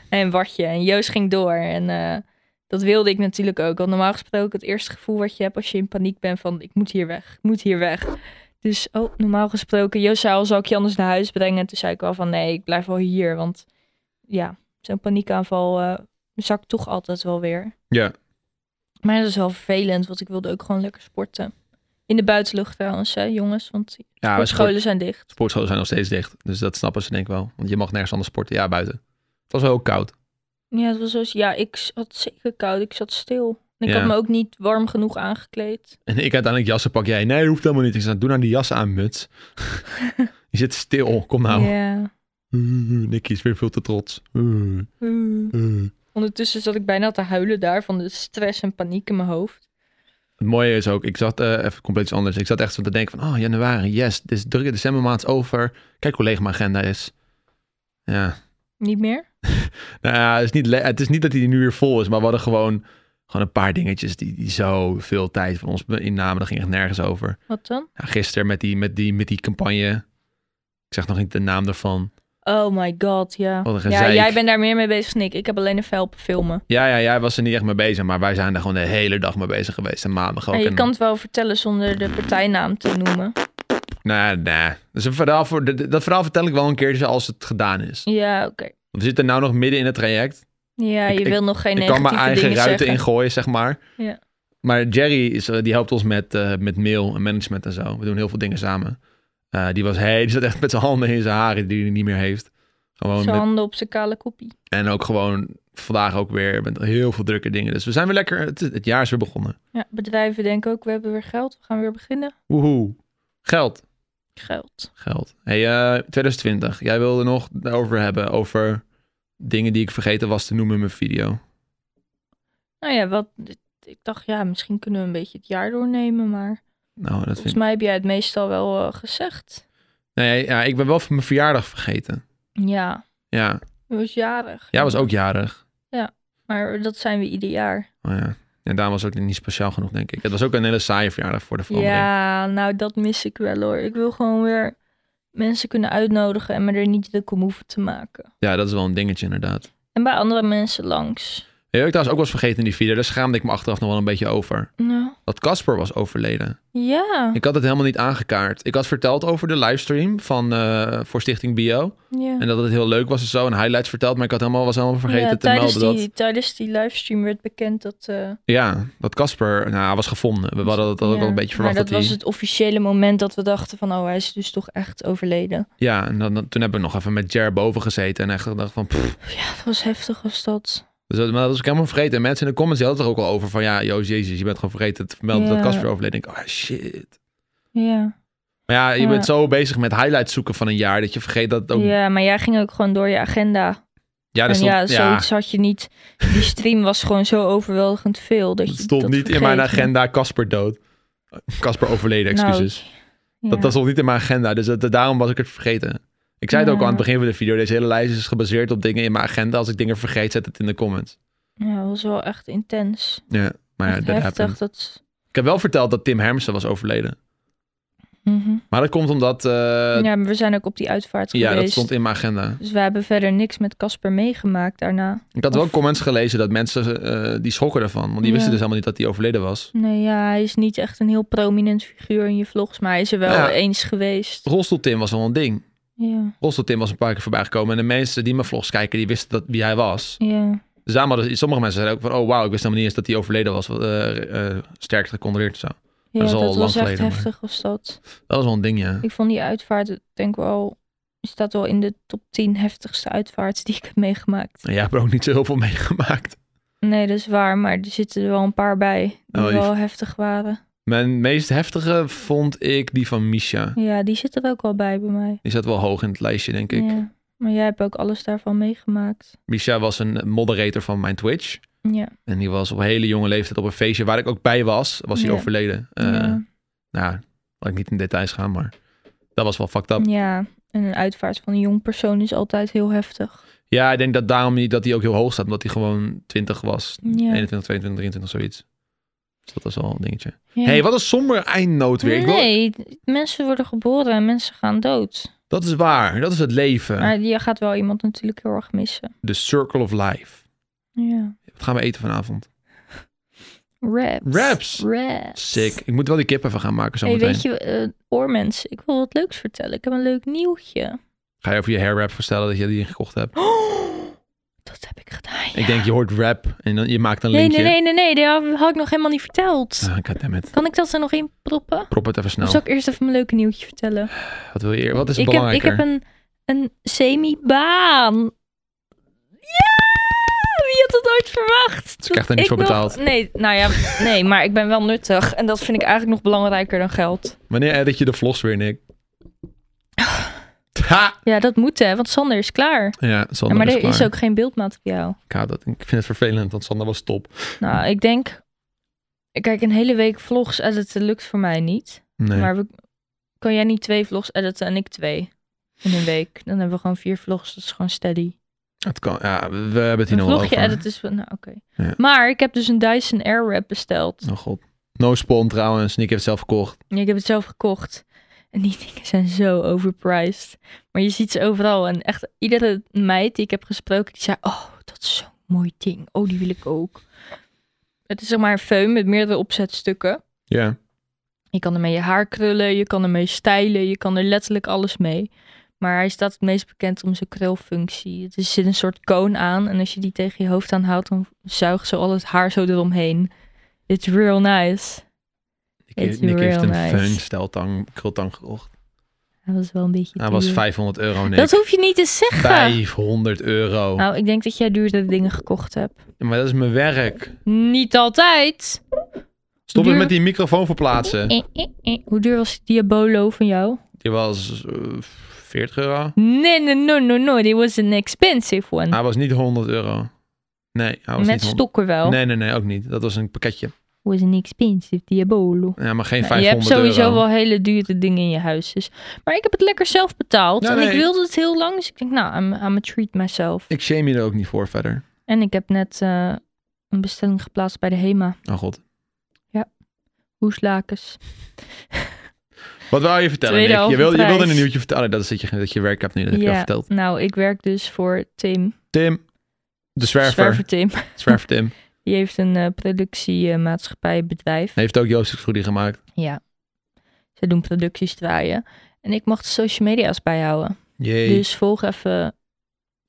Speaker 2: en watje. En Joost ging door. En eh, dat wilde ik natuurlijk ook. Want normaal gesproken, het eerste gevoel wat je hebt als je in paniek bent van... ik moet hier weg, ik moet hier weg. Dus oh, normaal gesproken, Joost zei al, zal ik je anders naar huis brengen? En toen zei ik wel van, nee, ik blijf wel hier. Want ja, zo'n paniekaanval eh zakt toch altijd wel weer.
Speaker 1: Ja.
Speaker 2: Maar dat is wel vervelend, want ik wilde ook gewoon lekker sporten. In de buitenlucht trouwens, hè, jongens. Want
Speaker 1: ja
Speaker 2: de
Speaker 1: we sport-
Speaker 2: scholen zijn dicht.
Speaker 1: sportscholen zijn nog steeds dicht. Dus dat snappen ze denk ik wel. Want je mag nergens anders sporten. Ja, buiten. Het was wel heel koud.
Speaker 2: Ja, het was zoals, ja, ik had zeker koud. Ik zat stil. En ik
Speaker 1: Ja.
Speaker 2: had me ook niet warm genoeg aangekleed.
Speaker 1: En ik uiteindelijk jassen pak. Jij, nee, hoeft helemaal niet. Ik zei, doe nou die jassen aan, muts. je zit stil. Kom nou.
Speaker 2: Ja.
Speaker 1: Uh, Nicky is weer veel te trots. Uh,
Speaker 2: Uh.
Speaker 1: uh.
Speaker 2: Ondertussen zat ik bijna te huilen daar van de stress en paniek in mijn hoofd.
Speaker 1: Het mooie is ook, ik zat eh, even compleet iets anders. Ik zat echt zo te denken van, oh, januari, yes, dit is drukke decembermaand is over. Kijk hoe leeg mijn agenda is. Ja,
Speaker 2: Niet meer?
Speaker 1: nou ja, het is niet, le- het is niet dat hij nu weer vol is, maar we hadden gewoon, gewoon een paar dingetjes die, die zo veel tijd van ons innamen. Daar ging echt nergens over.
Speaker 2: Wat dan?
Speaker 1: Ja, gisteren met die, met, die, met die campagne, ik zeg nog niet de naam ervan.
Speaker 2: Oh my god, ja.
Speaker 1: Wat een
Speaker 2: Ja,
Speaker 1: gezeik.
Speaker 2: jij bent daar meer mee bezig dan ik. Ik heb alleen een velpen filmen.
Speaker 1: Ja, ja, jij was er niet echt mee bezig, maar wij zijn er gewoon de hele dag mee bezig geweest. En maandag ook.
Speaker 2: En je
Speaker 1: En-
Speaker 2: kan het wel vertellen zonder de partijnaam te noemen.
Speaker 1: Nee, nou, nee. Dat, is een verhaal voor, dat dat verhaal vertel ik wel een keertje als het gedaan is.
Speaker 2: Ja, oké.
Speaker 1: We zitten nou nog midden in het traject.
Speaker 2: Ja,
Speaker 1: Ik-
Speaker 2: je
Speaker 1: ik-
Speaker 2: wil nog geen
Speaker 1: ik kan
Speaker 2: negatieve
Speaker 1: mijn
Speaker 2: dingen
Speaker 1: eigen ruiten
Speaker 2: zeggen.
Speaker 1: ingooien, zeg maar.
Speaker 2: Ja.
Speaker 1: Maar Jerry is, eh, die helpt ons met, eh, met mail en management en zo. We doen heel veel dingen samen. Eh, die, was, hey, die zat echt met zijn handen in zijn haren die hij niet meer heeft. Gewoon
Speaker 2: Zijn
Speaker 1: met-
Speaker 2: handen op zijn kale koppie.
Speaker 1: en ook gewoon vandaag ook weer met heel veel drukke dingen. Dus we zijn weer lekker, het, het jaar is weer begonnen.
Speaker 2: Ja, bedrijven denken ook, we hebben weer geld. We gaan weer beginnen.
Speaker 1: Woehoe. Geld.
Speaker 2: Geld.
Speaker 1: Geld. Hey, eh, 2020. Jij wilde nog daarover hebben, over dingen die ik vergeten was te noemen in mijn video.
Speaker 2: Nou ja, wat, ik dacht, ja, misschien kunnen we een beetje het jaar doornemen, maar
Speaker 1: Nou, dat vind
Speaker 2: volgens
Speaker 1: ik...
Speaker 2: mij heb jij het meestal wel eh, gezegd.
Speaker 1: Nee, ja, ik ben wel van mijn verjaardag vergeten.
Speaker 2: Ja,
Speaker 1: Ja,
Speaker 2: je was jarig.
Speaker 1: jij was ook jarig.
Speaker 2: Maar dat zijn we ieder jaar.
Speaker 1: Oh ja. En daarom was het ook niet speciaal genoeg, denk ik. Het was ook een hele saaie verjaardag voor de verandering.
Speaker 2: Ja, nou dat mis ik wel hoor. Ik wil gewoon weer mensen kunnen uitnodigen en me er niet druk om hoeven te maken.
Speaker 1: Ja, dat is wel een dingetje inderdaad.
Speaker 2: En bij andere mensen langs.
Speaker 1: Weet je wat ik trouwens ook was vergeten in die video? Daar schaamde ik me achteraf nog wel een beetje over.
Speaker 2: Nou,
Speaker 1: Dat Casper was overleden.
Speaker 2: ja,
Speaker 1: Ik had het helemaal niet aangekaart. Ik had verteld over de livestream van, eh, voor Stichting Bio.
Speaker 2: ja.
Speaker 1: En dat het heel leuk was en zo. En highlights verteld. Maar ik had helemaal, was helemaal vergeten
Speaker 2: Ja,
Speaker 1: te
Speaker 2: tijdens
Speaker 1: melden
Speaker 2: die,
Speaker 1: dat...
Speaker 2: Tijdens die livestream werd bekend dat... eh,
Speaker 1: Ja, dat Casper nou, hij was gevonden. We hadden dat ook
Speaker 2: ja,
Speaker 1: wel een beetje verwacht.
Speaker 2: Maar dat, was
Speaker 1: hij,
Speaker 2: het officiële moment dat we dachten van... oh, hij is dus toch echt overleden.
Speaker 1: Ja, en dan, dan- toen hebben we nog even met Jer boven gezeten. En echt gedacht van... pff,
Speaker 2: Ja, dat was heftig als dat.
Speaker 1: Dus dat, maar dat was ik helemaal vergeten. En mensen in de comments die hadden het er ook al over van... Ja, Joost, jezus, je bent gewoon vergeten te vermelden dat
Speaker 2: Ja.
Speaker 1: Casper overleden. Ik denk, oh shit.
Speaker 2: Ja.
Speaker 1: Maar ja, je
Speaker 2: Ja.
Speaker 1: bent zo bezig met highlights zoeken van een jaar... dat je vergeet dat het ook... Ja,
Speaker 2: ja, maar jij ging ook gewoon door je agenda.
Speaker 1: dat
Speaker 2: En
Speaker 1: stond,
Speaker 2: ja,
Speaker 1: ja,
Speaker 2: zoiets had je niet. Die stream was gewoon zo overweldigend veel. Dat
Speaker 1: dat
Speaker 2: je
Speaker 1: stond
Speaker 2: dat
Speaker 1: niet in mijn
Speaker 2: vergeet.
Speaker 1: agenda Casper dood. Casper overleden,
Speaker 2: Nou,
Speaker 1: excuses.
Speaker 2: ja.
Speaker 1: Dat, dat stond niet in mijn agenda, dus dat, daarom was ik het vergeten. Ik zei het ook
Speaker 2: Ja.
Speaker 1: al aan het begin van de video. Deze hele lijst is gebaseerd op dingen in mijn agenda. Als ik dingen vergeet, zet het in de comments.
Speaker 2: Ja, dat was wel echt intens.
Speaker 1: Ja, maar ja,
Speaker 2: Echt
Speaker 1: dat
Speaker 2: heftig.
Speaker 1: happened.
Speaker 2: Dat...
Speaker 1: Ik heb wel verteld dat Tim Hermsen was overleden.
Speaker 2: Mhm.
Speaker 1: Maar dat komt omdat... eh, ja,
Speaker 2: ja, maar we zijn ook op die uitvaart geweest.
Speaker 1: dat stond in mijn agenda.
Speaker 2: Dus we hebben verder niks met Casper meegemaakt daarna.
Speaker 1: Ik had wel
Speaker 2: Of-
Speaker 1: comments gelezen dat mensen eh, die schrokken ervan. Want die wisten
Speaker 2: Ja.
Speaker 1: dus helemaal niet dat hij overleden was.
Speaker 2: Nee, ja, hij is niet echt een heel prominent figuur in je vlogs. Maar hij is er wel
Speaker 1: Ja.
Speaker 2: eens geweest.
Speaker 1: Rolstoel Tim was wel een ding.
Speaker 2: Ja,
Speaker 1: Rosseltim was een paar keer voorbij gekomen. En de mensen die mijn vlogs kijken, die wisten dat, wie hij was.
Speaker 2: ja.
Speaker 1: Dus daarom hadden, sommige mensen zeiden ook van... Oh, wauw, ik wist helemaal niet eens dat hij overleden was. eh, eh, sterk gecondoleerd of zo.
Speaker 2: Ja,
Speaker 1: is
Speaker 2: dat,
Speaker 1: al lang
Speaker 2: was echt
Speaker 1: geleden, maar-
Speaker 2: heftig was dat.
Speaker 1: Dat was wel een ding, ja.
Speaker 2: Ik vond die uitvaart, ik denk wel, staat wel in de top 10 heftigste uitvaarts die ik heb meegemaakt.
Speaker 1: En jij hebt er ook niet zo heel veel meegemaakt.
Speaker 2: Nee, dat is waar, maar er zitten er wel een paar bij die
Speaker 1: Oh, lief.
Speaker 2: wel heftig waren.
Speaker 1: Mijn meest heftige vond ik die van Misha.
Speaker 2: Ja, die zitten er ook wel bij bij mij.
Speaker 1: Die zat wel hoog in het lijstje, denk ik.
Speaker 2: Ja. Maar jij hebt ook alles daarvan meegemaakt.
Speaker 1: Misha was een moderator van mijn Twitch.
Speaker 2: Ja.
Speaker 1: En die was op hele jonge leeftijd op een feestje waar ik ook bij was. Was hij
Speaker 2: Ja.
Speaker 1: overleden. Eh,
Speaker 2: ja.
Speaker 1: Nou, laat ik niet in details gaan, maar dat was wel fucked up.
Speaker 2: Ja, en een uitvaart van een jong persoon is altijd heel heftig.
Speaker 1: Ja, ik denk dat daarom niet dat hij ook heel hoog staat. Omdat hij gewoon 20 was.
Speaker 2: Ja.
Speaker 1: 21, 22, 23, zoiets. Dus dat was wel een dingetje.
Speaker 2: Ja.
Speaker 1: hey, wat een somber eindnoot weer. Ik wil-
Speaker 2: Nee, mensen worden geboren en mensen gaan dood.
Speaker 1: dat is waar. Dat is het leven.
Speaker 2: Maar je gaat wel iemand natuurlijk heel erg missen.
Speaker 1: The circle of life.
Speaker 2: Ja.
Speaker 1: Wat gaan we eten vanavond?
Speaker 2: Raps.
Speaker 1: Raps.
Speaker 2: Raps.
Speaker 1: Sick. Ik moet wel die kip even gaan maken
Speaker 2: Hey,
Speaker 1: zometeen.
Speaker 2: weet je, eh oormens, ik wil wat leuks vertellen. Ik heb een leuk nieuwtje.
Speaker 1: Ga je over je hair rap vertellen dat je die gekocht hebt?
Speaker 2: dat heb ik gedaan.
Speaker 1: Oh! Ik denk, je hoort rap en dan, je maakt een
Speaker 2: Nee,
Speaker 1: linkje.
Speaker 2: nee, nee, nee, nee, dat had ik nog helemaal niet verteld.
Speaker 1: Ah, goddammit.
Speaker 2: Kan ik dat er nog in proppen?
Speaker 1: Prop het even snel.
Speaker 2: Of zal ik eerst even mijn leuke nieuwtje vertellen?
Speaker 1: Wat wil je eer- Wat Nou. is
Speaker 2: ik, heb, ik
Speaker 1: belangrijker?
Speaker 2: heb een, een semi-baan. Ja! Wie had dat ooit verwacht?
Speaker 1: je krijgt daar niks
Speaker 2: Dat
Speaker 1: voor
Speaker 2: ik nog-
Speaker 1: betaald.
Speaker 2: nee, nou ja, nee, maar ik ben wel nuttig. En dat vind ik eigenlijk nog belangrijker dan geld.
Speaker 1: Wanneer edit je de vlogs weer, Nick? ha!
Speaker 2: Ja, dat moet hè, want Sander is klaar.
Speaker 1: Ja,
Speaker 2: Ja,
Speaker 1: Sander
Speaker 2: maar
Speaker 1: is
Speaker 2: er is
Speaker 1: klaar.
Speaker 2: ook geen beeldmateriaal.
Speaker 1: Ik, haat dat. ik vind het vervelend, want Sander was top.
Speaker 2: Nou, ik denk... Kijk, een hele week vlogs editen lukt voor mij niet.
Speaker 1: Nee.
Speaker 2: Maar we, kan jij niet twee vlogs editen en ik twee in een week? Dan hebben we gewoon vier vlogs, dat is gewoon steady.
Speaker 1: Het kan, ja, we we hebben het hier
Speaker 2: Een
Speaker 1: nog wel
Speaker 2: vlogje
Speaker 1: over.
Speaker 2: edit is... wel- Nou, oké.
Speaker 1: Ja.
Speaker 2: Maar ik heb dus een Dyson Airwrap besteld.
Speaker 1: Oh god. No spawn trouwens. Nick heeft het zelf gekocht.
Speaker 2: Ik heb het zelf gekocht. En die dingen zijn zo overpriced. Maar je ziet ze overal. En echt iedere meid die ik heb gesproken, die zei... Oh, dat is zo'n mooi ding. Oh, die wil ik ook. Het is zeg maar een föhn met meerdere opzetstukken.
Speaker 1: Ja.
Speaker 2: Je kan ermee je haar krullen, je kan ermee stijlen, je kan er letterlijk alles mee. Maar hij staat het meest bekend om zijn krulfunctie. Er zit een soort koon aan en als je die tegen je hoofd aanhoudt, dan zuigt ze al het haar zo eromheen. It's real nice.
Speaker 1: Nick, heeft-
Speaker 2: It's
Speaker 1: Nick heeft
Speaker 2: real
Speaker 1: een
Speaker 2: nice.
Speaker 1: fun steltang, krultang gekocht.
Speaker 2: Hij was wel een beetje
Speaker 1: Hij was
Speaker 2: duur.
Speaker 1: 500 euro, Nick.
Speaker 2: Dat hoef je niet te zeggen.
Speaker 1: 500 euro.
Speaker 2: Nou, ik denk dat jij duurdere dingen gekocht hebt.
Speaker 1: Maar dat is mijn werk.
Speaker 2: Niet altijd.
Speaker 1: Stop
Speaker 2: Duur-
Speaker 1: het met die microfoon verplaatsen.
Speaker 2: Eh, eh, eh. Hoe duur was die Diabolo van jou?
Speaker 1: Die was eh, 40 euro.
Speaker 2: Nee, nee, no, no, no. Dit was an expensive one.
Speaker 1: Hij Ah, was niet 100 euro. Nee, hij was
Speaker 2: Hm. Met
Speaker 1: niet 100.
Speaker 2: stokken wel.
Speaker 1: Nee, nee, nee, ook niet. Dat was een pakketje.
Speaker 2: Was an expensive Diabolo.
Speaker 1: Ja, maar geen
Speaker 2: Nou, je
Speaker 1: 500
Speaker 2: hebt sowieso
Speaker 1: euro.
Speaker 2: wel hele dure dingen in je huis. Dus. Maar ik heb het lekker zelf betaald.
Speaker 1: Ja,
Speaker 2: en ik
Speaker 1: nee.
Speaker 2: wilde het heel lang. Dus ik denk, nou, I'm, I'm a treat myself.
Speaker 1: Ik shame je er ook niet voor verder.
Speaker 2: En ik heb net eh, een bestelling geplaatst bij de HEMA.
Speaker 1: Oh god.
Speaker 2: Hoeslakens.
Speaker 1: Wat wou je vertellen,
Speaker 2: Tweede
Speaker 1: Nick? Je wilde, je
Speaker 2: hoofdprijs.
Speaker 1: wilde een nieuwtje vertellen. Oh, nee, dat is dat je, dat je werk hebt nu. Dat heb je al
Speaker 2: Ja,
Speaker 1: verteld.
Speaker 2: nou, ik werk dus voor Tim.
Speaker 1: Tim. De zwerver. Zwerver,
Speaker 2: Zwerver Tim.
Speaker 1: Tim.
Speaker 2: Die heeft een eh productiemaatschappijbedrijf.
Speaker 1: Hij heeft ook Joost Goody gemaakt.
Speaker 2: Ja. Ze doen producties draaien. En ik mag de social media's bijhouden.
Speaker 1: Jee.
Speaker 2: Dus volg even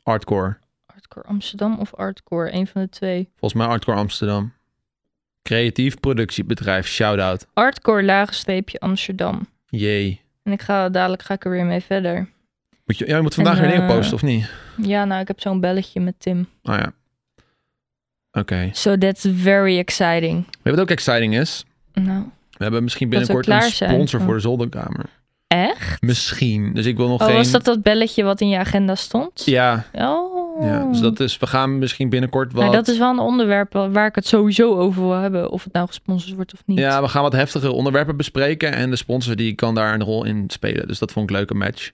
Speaker 1: Hardcore.
Speaker 2: Artcore Amsterdam of Artcore. Een van de twee.
Speaker 1: Volgens mij Hardcore Amsterdam. Creatief productiebedrijf. Shout-out.
Speaker 2: Artcore laagstreepje Amsterdam.
Speaker 1: Jee.
Speaker 2: En ik ga dadelijk ga ik er weer mee verder.
Speaker 1: Moet je, ja, je moet vandaag
Speaker 2: En,
Speaker 1: weer dingen
Speaker 2: eh,
Speaker 1: posten, of niet?
Speaker 2: Ja, nou, ik heb zo'n belletje met Tim.
Speaker 1: Oh ja. Oké.
Speaker 2: So that's very exciting.
Speaker 1: Weet je wat ook exciting is?
Speaker 2: Nou,
Speaker 1: We hebben misschien
Speaker 2: Dat we
Speaker 1: binnenkort
Speaker 2: klaar
Speaker 1: een
Speaker 2: zijn.
Speaker 1: sponsor
Speaker 2: Oh.
Speaker 1: voor de zolderkamer.
Speaker 2: echt?
Speaker 1: Misschien. Dus ik wil nog
Speaker 2: Oh,
Speaker 1: geen...
Speaker 2: was dat dat belletje wat in je agenda stond?
Speaker 1: Ja,
Speaker 2: Oh.
Speaker 1: ja. Dus dat is... We gaan misschien binnenkort wat...
Speaker 2: Nou, dat is wel een onderwerp wa- waar ik het sowieso over wil hebben. Of het nou gesponsord wordt of niet.
Speaker 1: Ja, we gaan wat heftige onderwerpen bespreken. En de sponsor die kan daar een rol in spelen. Dus dat vond ik een leuke match.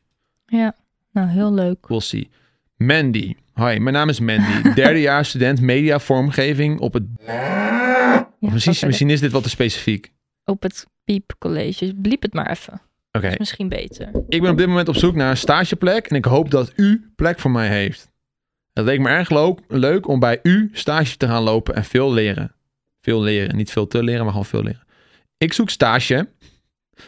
Speaker 2: Nou, heel leuk.
Speaker 1: We'll see. Mandy. Hi, mijn naam is Mandy. Derdejaars student media vormgeving op het...
Speaker 2: Ja,
Speaker 1: Precies,
Speaker 2: oké.
Speaker 1: misschien is dit wat te specifiek.
Speaker 2: Op het piepcollege. Bliep het maar even.
Speaker 1: Oké,
Speaker 2: Is misschien beter.
Speaker 1: ik ben op dit moment op zoek naar een stageplek en ik hoop dat u plek voor mij heeft. Het leek me erg lo- leuk om bij u stage te gaan lopen en veel leren. Veel leren, niet veel te leren, maar gewoon veel leren. Ik zoek stage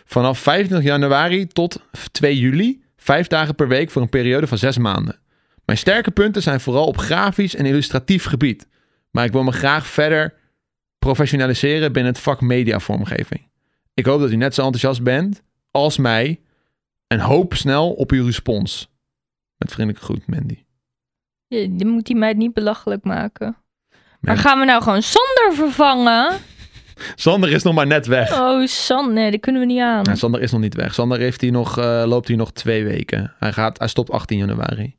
Speaker 1: vanaf 25 januari tot 2 juli Vijf dagen per week voor een periode van zes maanden. Mijn sterke punten zijn vooral op grafisch en illustratief gebied. Maar ik wil me graag verder professionaliseren binnen het vak mediavormgeving. Ik hoop dat u net zo enthousiast bent als mij. En hoop snel op uw respons. Met vriendelijke groet, Mandy.
Speaker 2: Je, je moet die meid niet belachelijk maken. Maar
Speaker 1: Nee.
Speaker 2: gaan we nou gewoon Sander vervangen?
Speaker 1: Sander is nog maar net weg.
Speaker 2: Oh, Sander, nee, dat kunnen we niet aan.
Speaker 1: Nou, Sander is nog niet weg. Sander heeft hier nog, eh, loopt hier nog twee weken. Hij, gaat, hij stopt 18 januari.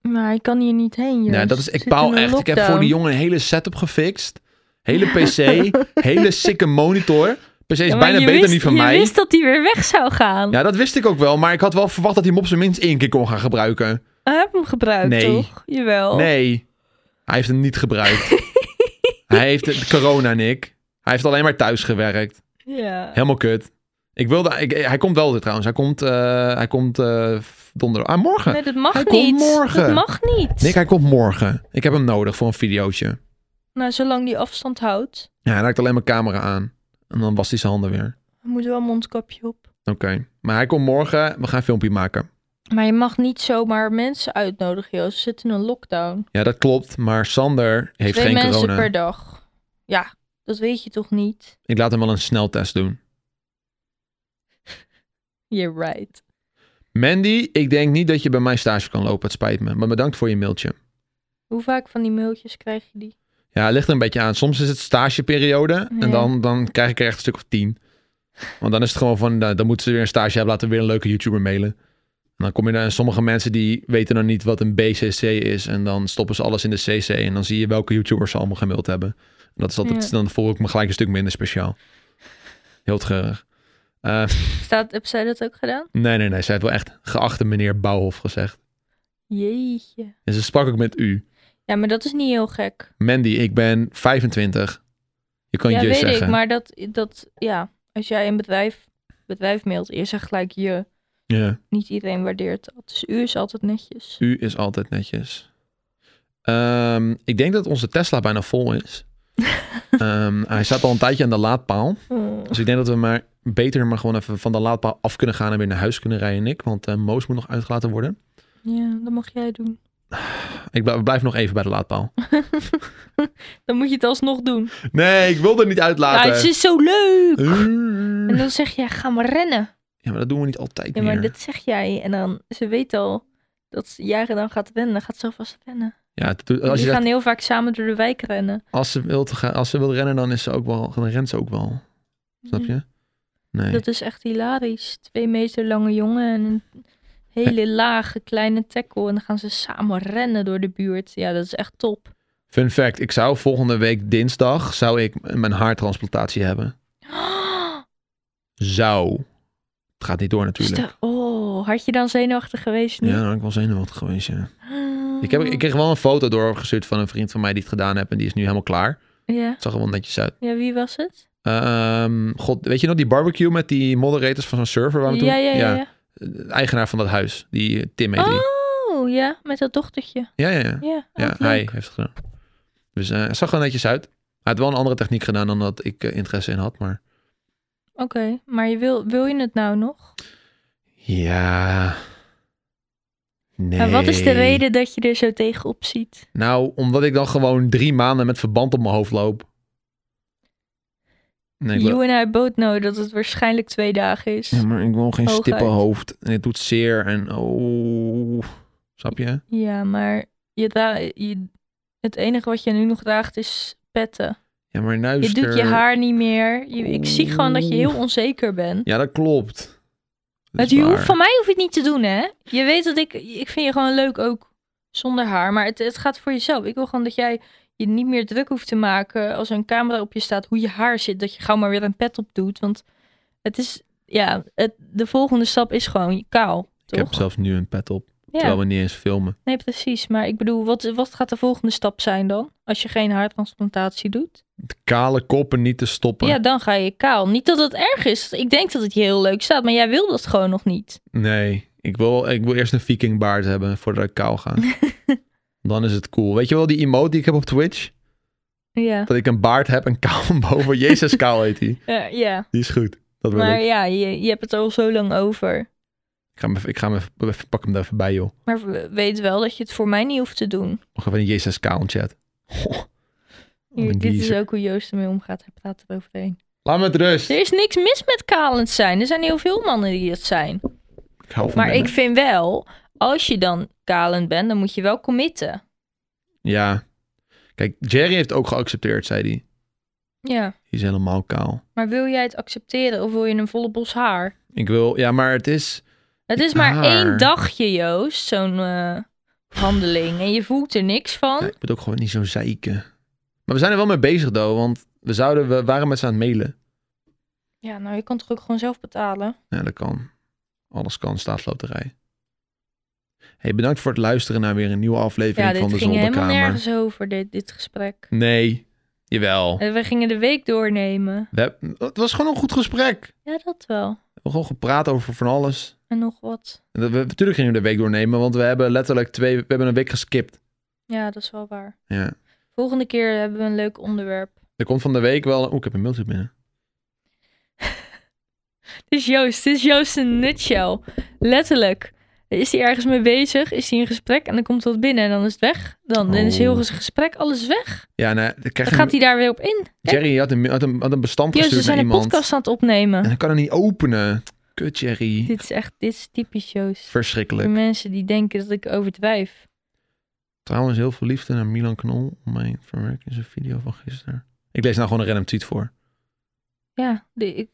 Speaker 2: Maar hij kan hier niet heen, joh.
Speaker 1: Ja, dat is, ik paal echt. Ik heb voor die jongen een hele setup gefixt. Hele PC, hele sikke monitor. PC is bijna beter niet van
Speaker 2: je
Speaker 1: mij.
Speaker 2: Je wist dat hij weer weg zou gaan.
Speaker 1: Ja, dat wist ik ook wel. Maar ik had wel verwacht dat hij hem op zijn minst één keer kon gaan gebruiken.
Speaker 2: Hij heeft hem gebruikt,
Speaker 1: Nee.
Speaker 2: toch? Jawel.
Speaker 1: Nee, hij heeft hem niet gebruikt. hij heeft het corona, Nick. Hij heeft alleen maar thuis gewerkt.
Speaker 2: Ja.
Speaker 1: Helemaal kut. Ik wilde, ik, hij komt wel dit trouwens. Hij komt, eh, hij komt eh, donderdag. Ah, morgen.
Speaker 2: Nee, dat mag
Speaker 1: Hij komt
Speaker 2: niet.
Speaker 1: morgen.
Speaker 2: Dat mag niet.
Speaker 1: Nick, hij komt morgen. Ik heb hem nodig voor een videootje.
Speaker 2: Nou, zolang die afstand houdt,
Speaker 1: Ja, hij raakt alleen mijn camera aan. En dan was hij zijn handen weer.
Speaker 2: moet wel een mondkapje op.
Speaker 1: Oké, maar hij komt morgen. We gaan een filmpje maken.
Speaker 2: Maar je mag niet zomaar mensen uitnodigen, Joost. We zitten in een lockdown.
Speaker 1: Ja, dat klopt. Maar Sander heeft
Speaker 2: Twee
Speaker 1: geen
Speaker 2: mensen
Speaker 1: corona.
Speaker 2: per dag. Ja, dat weet je toch niet?
Speaker 1: Ik laat hem wel een sneltest doen.
Speaker 2: You're right.
Speaker 1: Mandy, ik denk niet dat je bij mij stage kan lopen. Het spijt me. Maar bedankt voor je mailtje.
Speaker 2: Hoe vaak van die mailtjes krijg je die?
Speaker 1: Ja, het ligt er een beetje aan. Soms is het stageperiode.
Speaker 2: Ja.
Speaker 1: En dan, dan krijg ik er echt een stuk of tien. Want dan is het gewoon van, nou, dan moeten ze weer een stage hebben. Laten we weer een leuke YouTuber mailen. En dan kom je naar sommige mensen die weten nog niet wat een BCC is. En dan stoppen ze alles in de CC. En dan zie je welke YouTubers ze allemaal gemaild hebben. En dat is altijd,
Speaker 2: Ja.
Speaker 1: dan voel ik me gelijk een stuk minder speciaal. Heel treurig. Eh,
Speaker 2: Staat, heb zij dat ook gedaan?
Speaker 1: nee, nee, nee. Zij heeft wel echt geachte meneer Bouwhof gezegd.
Speaker 2: Jeetje.
Speaker 1: En ze sprak ook met u.
Speaker 2: Ja, maar dat is niet heel gek.
Speaker 1: Mandy, ik ben 25. Je kan
Speaker 2: ja,
Speaker 1: je
Speaker 2: weet
Speaker 1: zeggen.
Speaker 2: ik, maar dat, dat, ja, als jij een bedrijf, bedrijf mailt, je zegt gelijk je.
Speaker 1: Ja.
Speaker 2: Niet iedereen waardeert dat. Dus u is altijd netjes.
Speaker 1: U is altijd netjes. Ehm, ik denk dat onze Tesla bijna vol is. Ehm, hij staat al een tijdje aan de laadpaal.
Speaker 2: Oh.
Speaker 1: Dus ik denk dat we maar beter maar gewoon even van de laadpaal af kunnen gaan en weer naar huis kunnen rijden, Nick. Want eh, Moos moet nog uitgelaten worden.
Speaker 2: Ja, dat mag jij doen.
Speaker 1: Ik bl- blijf nog even bij de laadpaal.
Speaker 2: Dan moet je het alsnog doen.
Speaker 1: Nee, ik wil er niet
Speaker 2: Ja,
Speaker 1: uitlaten.
Speaker 2: het is zo leuk. En
Speaker 1: Ja,
Speaker 2: dan zeg jij, ga maar rennen.
Speaker 1: maar dat doen we niet altijd
Speaker 2: Ja,
Speaker 1: meer.
Speaker 2: maar dat zeg jij. En dan, ze weet al dat ze jaren dan gaat rennen. Dan gaat ze alvast rennen.
Speaker 1: Ja, het doet- als,
Speaker 2: Die
Speaker 1: je
Speaker 2: gaan
Speaker 1: zegt,
Speaker 2: heel vaak samen door de wijk rennen.
Speaker 1: als, ze wilt gaan, als ze wil rennen, dan, is ze ook wel, dan rent ze ook wel. Snap je? Nee.
Speaker 2: Mhm. Dat is echt hilarisch. Twee meter lange jongen en een hele lage kleine tackle. En dan gaan ze samen rennen door de buurt. Ja, dat is echt top.
Speaker 1: Fun fact, ik zou volgende week dinsdag zou ik mijn haartransplantatie hebben. Zou. Het gaat niet door
Speaker 2: Is
Speaker 1: natuurlijk.
Speaker 2: dat- Oh, had je dan zenuwachtig geweest nu? Oh.
Speaker 1: Ja, dan had ik wel zenuwachtig geweest, ja. Ik, heb, ik kreeg wel een foto doorgestuurd van een vriend van mij die het gedaan heeft. En die is nu helemaal klaar.
Speaker 2: Ja.
Speaker 1: Het zag er wel netjes uit.
Speaker 2: ja, wie was het?
Speaker 1: Ehm, God, weet je nog die barbecue met die moderators van zo'n server waar we toen...
Speaker 2: ja, ja, ja, ja.
Speaker 1: De eigenaar van dat huis. Die eh, Tim heet die.
Speaker 2: Oh, ja, met dat dochtertje.
Speaker 1: Ja, ja, ja.
Speaker 2: Ja,
Speaker 1: Ja,
Speaker 2: wat
Speaker 1: hij
Speaker 2: leuk.
Speaker 1: heeft het gedaan. Dus eh, het zag er netjes uit. Hij had wel een andere techniek gedaan dan dat ik eh, interesse in had, maar...
Speaker 2: Oké, maar je wil, wil je het nou nog?
Speaker 1: Ja. Nee.
Speaker 2: Maar wat is de reden dat je er zo tegenop ziet?
Speaker 1: Nou, omdat ik dan gewoon drie maanden met verband op mijn hoofd loop. Nee, ik wil,
Speaker 2: You en I both know dat het waarschijnlijk twee dagen is.
Speaker 1: Ja, maar ik wil geen
Speaker 2: Hooguit.
Speaker 1: stippen hoofd. En het doet zeer en oh. Snap je?
Speaker 2: Ja, maar je dra- je, het enige wat je nu nog draagt is petten.
Speaker 1: Ja, maar
Speaker 2: Je
Speaker 1: luister.
Speaker 2: doet je haar niet meer. Je- ik zie gewoon dat je heel onzeker bent.
Speaker 1: Ja, dat klopt. Dat
Speaker 2: Het,
Speaker 1: is
Speaker 2: je hoeft-
Speaker 1: waar.
Speaker 2: van mij hoef je het niet te doen, hè? Je weet dat ik... Ik vind je gewoon leuk ook zonder haar. Maar het, het gaat voor jezelf. Ik wil gewoon dat jij je niet meer druk hoeft te maken... als er een camera op je staat, hoe je haar zit. Dat je gauw maar weer een pet op doet. Want het is... Ja, het, de volgende stap is gewoon kaal,
Speaker 1: Ik
Speaker 2: toch?
Speaker 1: heb zelfs nu een pet op.
Speaker 2: ja,
Speaker 1: Terwijl we niet eens filmen.
Speaker 2: nee, precies. Maar ik bedoel, wat, wat gaat de volgende stap zijn dan? Als je geen haartransplantatie doet?
Speaker 1: De kale koppen niet te stoppen.
Speaker 2: Ja, dan ga je kaal. Niet dat het erg is. Ik denk dat het je heel leuk staat. Maar jij wil dat gewoon nog niet.
Speaker 1: Nee, ik wil, ik wil eerst een vikingbaard hebben voordat ik kaal ga. Dan is het cool. Weet je wel die emote die ik heb op Twitch?
Speaker 2: Ja,
Speaker 1: Dat ik een baard heb en kaal van boven. Jezus kaal heet die.
Speaker 2: Eh, ja.
Speaker 1: Die is goed. Dat wil
Speaker 2: Maar
Speaker 1: ik.
Speaker 2: ja, je, je hebt het al zo lang over.
Speaker 1: Ik ga hem even, ik ga hem even, even- pak hem er even bij, joh.
Speaker 2: Maar w- weet wel dat je het voor mij niet hoeft te doen.
Speaker 1: Nog even een JSSK in chat. Goh. Wat
Speaker 2: Hier,
Speaker 1: een
Speaker 2: dit is
Speaker 1: geezer.
Speaker 2: ook hoe Joost ermee omgaat. Hij praat eroverheen.
Speaker 1: Laat me met rust.
Speaker 2: Er is niks mis met kalend zijn. Er zijn heel veel mannen die dat zijn.
Speaker 1: Ik hou van
Speaker 2: Maar ik
Speaker 1: Benne.
Speaker 2: vind wel, als je dan kalend bent, dan moet je wel committen.
Speaker 1: Ja. Kijk, Jerry heeft ook geaccepteerd, zei hij.
Speaker 2: Ja.
Speaker 1: Die is helemaal kaal.
Speaker 2: Maar wil jij het accepteren of wil je een volle bos haar?
Speaker 1: Ik wil... Ja, maar het is...
Speaker 2: Het is maar
Speaker 1: Haar.
Speaker 2: één dagje, Joost, zo'n eh, handeling. En je voelt er niks van.
Speaker 1: Ja, ik moet ook gewoon niet zo zeiken. Maar we zijn er wel mee bezig, though. Want we, zouden, we waren met ze aan het mailen.
Speaker 2: Ja, nou, je kan toch ook gewoon zelf betalen?
Speaker 1: Ja, dat kan. Alles kan, staatsloterij. hey, bedankt voor het luisteren naar weer een nieuwe aflevering
Speaker 2: Ja, dit
Speaker 1: van de
Speaker 2: ging helemaal
Speaker 1: Zolderkamer.
Speaker 2: nergens over, dit, dit gesprek.
Speaker 1: Nee, jawel.
Speaker 2: En we gingen de week doornemen.
Speaker 1: We hebben- het was gewoon een goed gesprek. We
Speaker 2: Ja, dat wel.
Speaker 1: hebben gewoon gepraat over van alles.
Speaker 2: En nog wat.
Speaker 1: En dat we, natuurlijk gingen we de week doornemen, want we hebben letterlijk twee... We hebben een week geskipt.
Speaker 2: Ja, dat is wel waar.
Speaker 1: Ja.
Speaker 2: Volgende keer hebben we een leuk onderwerp.
Speaker 1: Er komt van de week wel... Oeh, ik heb een mailtje binnen.
Speaker 2: Dit is Joost. Dit is Joost in een nutshell. Letterlijk. Is hij ergens mee bezig? Is hij in gesprek? En dan komt dat binnen en dan is het weg. Dan, dan is heel
Speaker 1: Oh.
Speaker 2: zijn gesprek alles weg.
Speaker 1: Ja, nou, dan krijg
Speaker 2: Dan
Speaker 1: je-
Speaker 2: gaat hij daar weer op in.
Speaker 1: Jerry had een, had een, had een bestand
Speaker 2: Joost, we
Speaker 1: gestuurd naar
Speaker 2: zijn een
Speaker 1: iemand.
Speaker 2: podcast aan het opnemen.
Speaker 1: En hij kan het niet openen. Kut, Jerry.
Speaker 2: Dit is echt dit is Mm. typisch Joost. Voor
Speaker 1: Verschrikkelijk.
Speaker 2: mensen die denken dat ik overdrijf.
Speaker 1: Trouwens, heel veel liefde naar Milan Knol. Mijn verwerk is een video van gisteren. Ik lees nou gewoon een random tweet voor.
Speaker 2: Ja, de- ik,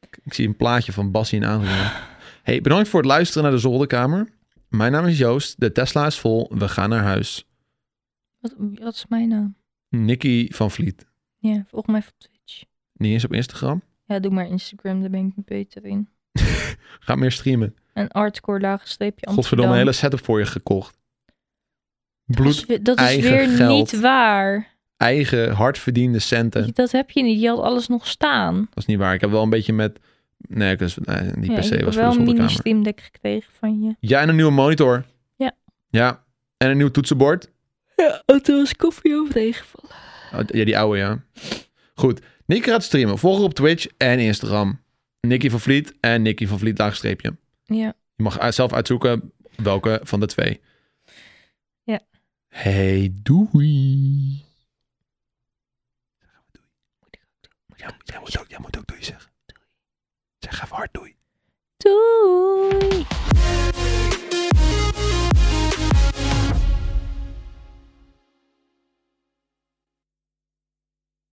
Speaker 1: Ik- Ik zie een plaatje van Bassie in aangezicht. Hey, bedankt voor het luisteren naar de zolderkamer. Mijn naam is Joost. De Tesla is vol. We gaan naar huis.
Speaker 2: wat, wat is mijn naam?
Speaker 1: Nicky van Vliet.
Speaker 2: Ja, volg mij op Twitch.
Speaker 1: Niet eens op Instagram.
Speaker 2: Ja, doe maar Instagram, daar ben ik beter in.
Speaker 1: Ga meer streamen.
Speaker 2: En artcore laagstreepje
Speaker 1: Godverdomme,
Speaker 2: Amsterdam.
Speaker 1: een hele setup voor je gekocht. Bloed,
Speaker 2: Dat is, dat is
Speaker 1: eigen
Speaker 2: weer
Speaker 1: geld.
Speaker 2: niet waar.
Speaker 1: eigen, hardverdiende centen.
Speaker 2: Dat heb je niet. Je had alles nog staan.
Speaker 1: Dat is niet waar. Ik heb wel een beetje met... Nee, dat is nee, niet per
Speaker 2: ik
Speaker 1: se.
Speaker 2: heb
Speaker 1: was voor
Speaker 2: wel
Speaker 1: de
Speaker 2: een mini
Speaker 1: zolderkamer.
Speaker 2: Steam Deck gekregen van je.
Speaker 1: Ja, en een nieuwe monitor.
Speaker 2: Ja.
Speaker 1: Ja, en een nieuw toetsenbord.
Speaker 2: Ja, oh, toen was koffie over tegengevallen.
Speaker 1: Oh, ja, die oude, ja. Goed. Nicky gaat streamen. Volg haar op Twitch en Instagram. Nicky van Vliet en Nicky van Vliet laagstreepje.
Speaker 2: Ja,
Speaker 1: Je mag uit- zelf uitzoeken welke van de twee.
Speaker 2: Ja.
Speaker 1: Hey, doei. Jij moet ook, jij moet ook doei zeggen. Zeg even hard doei.
Speaker 2: doei.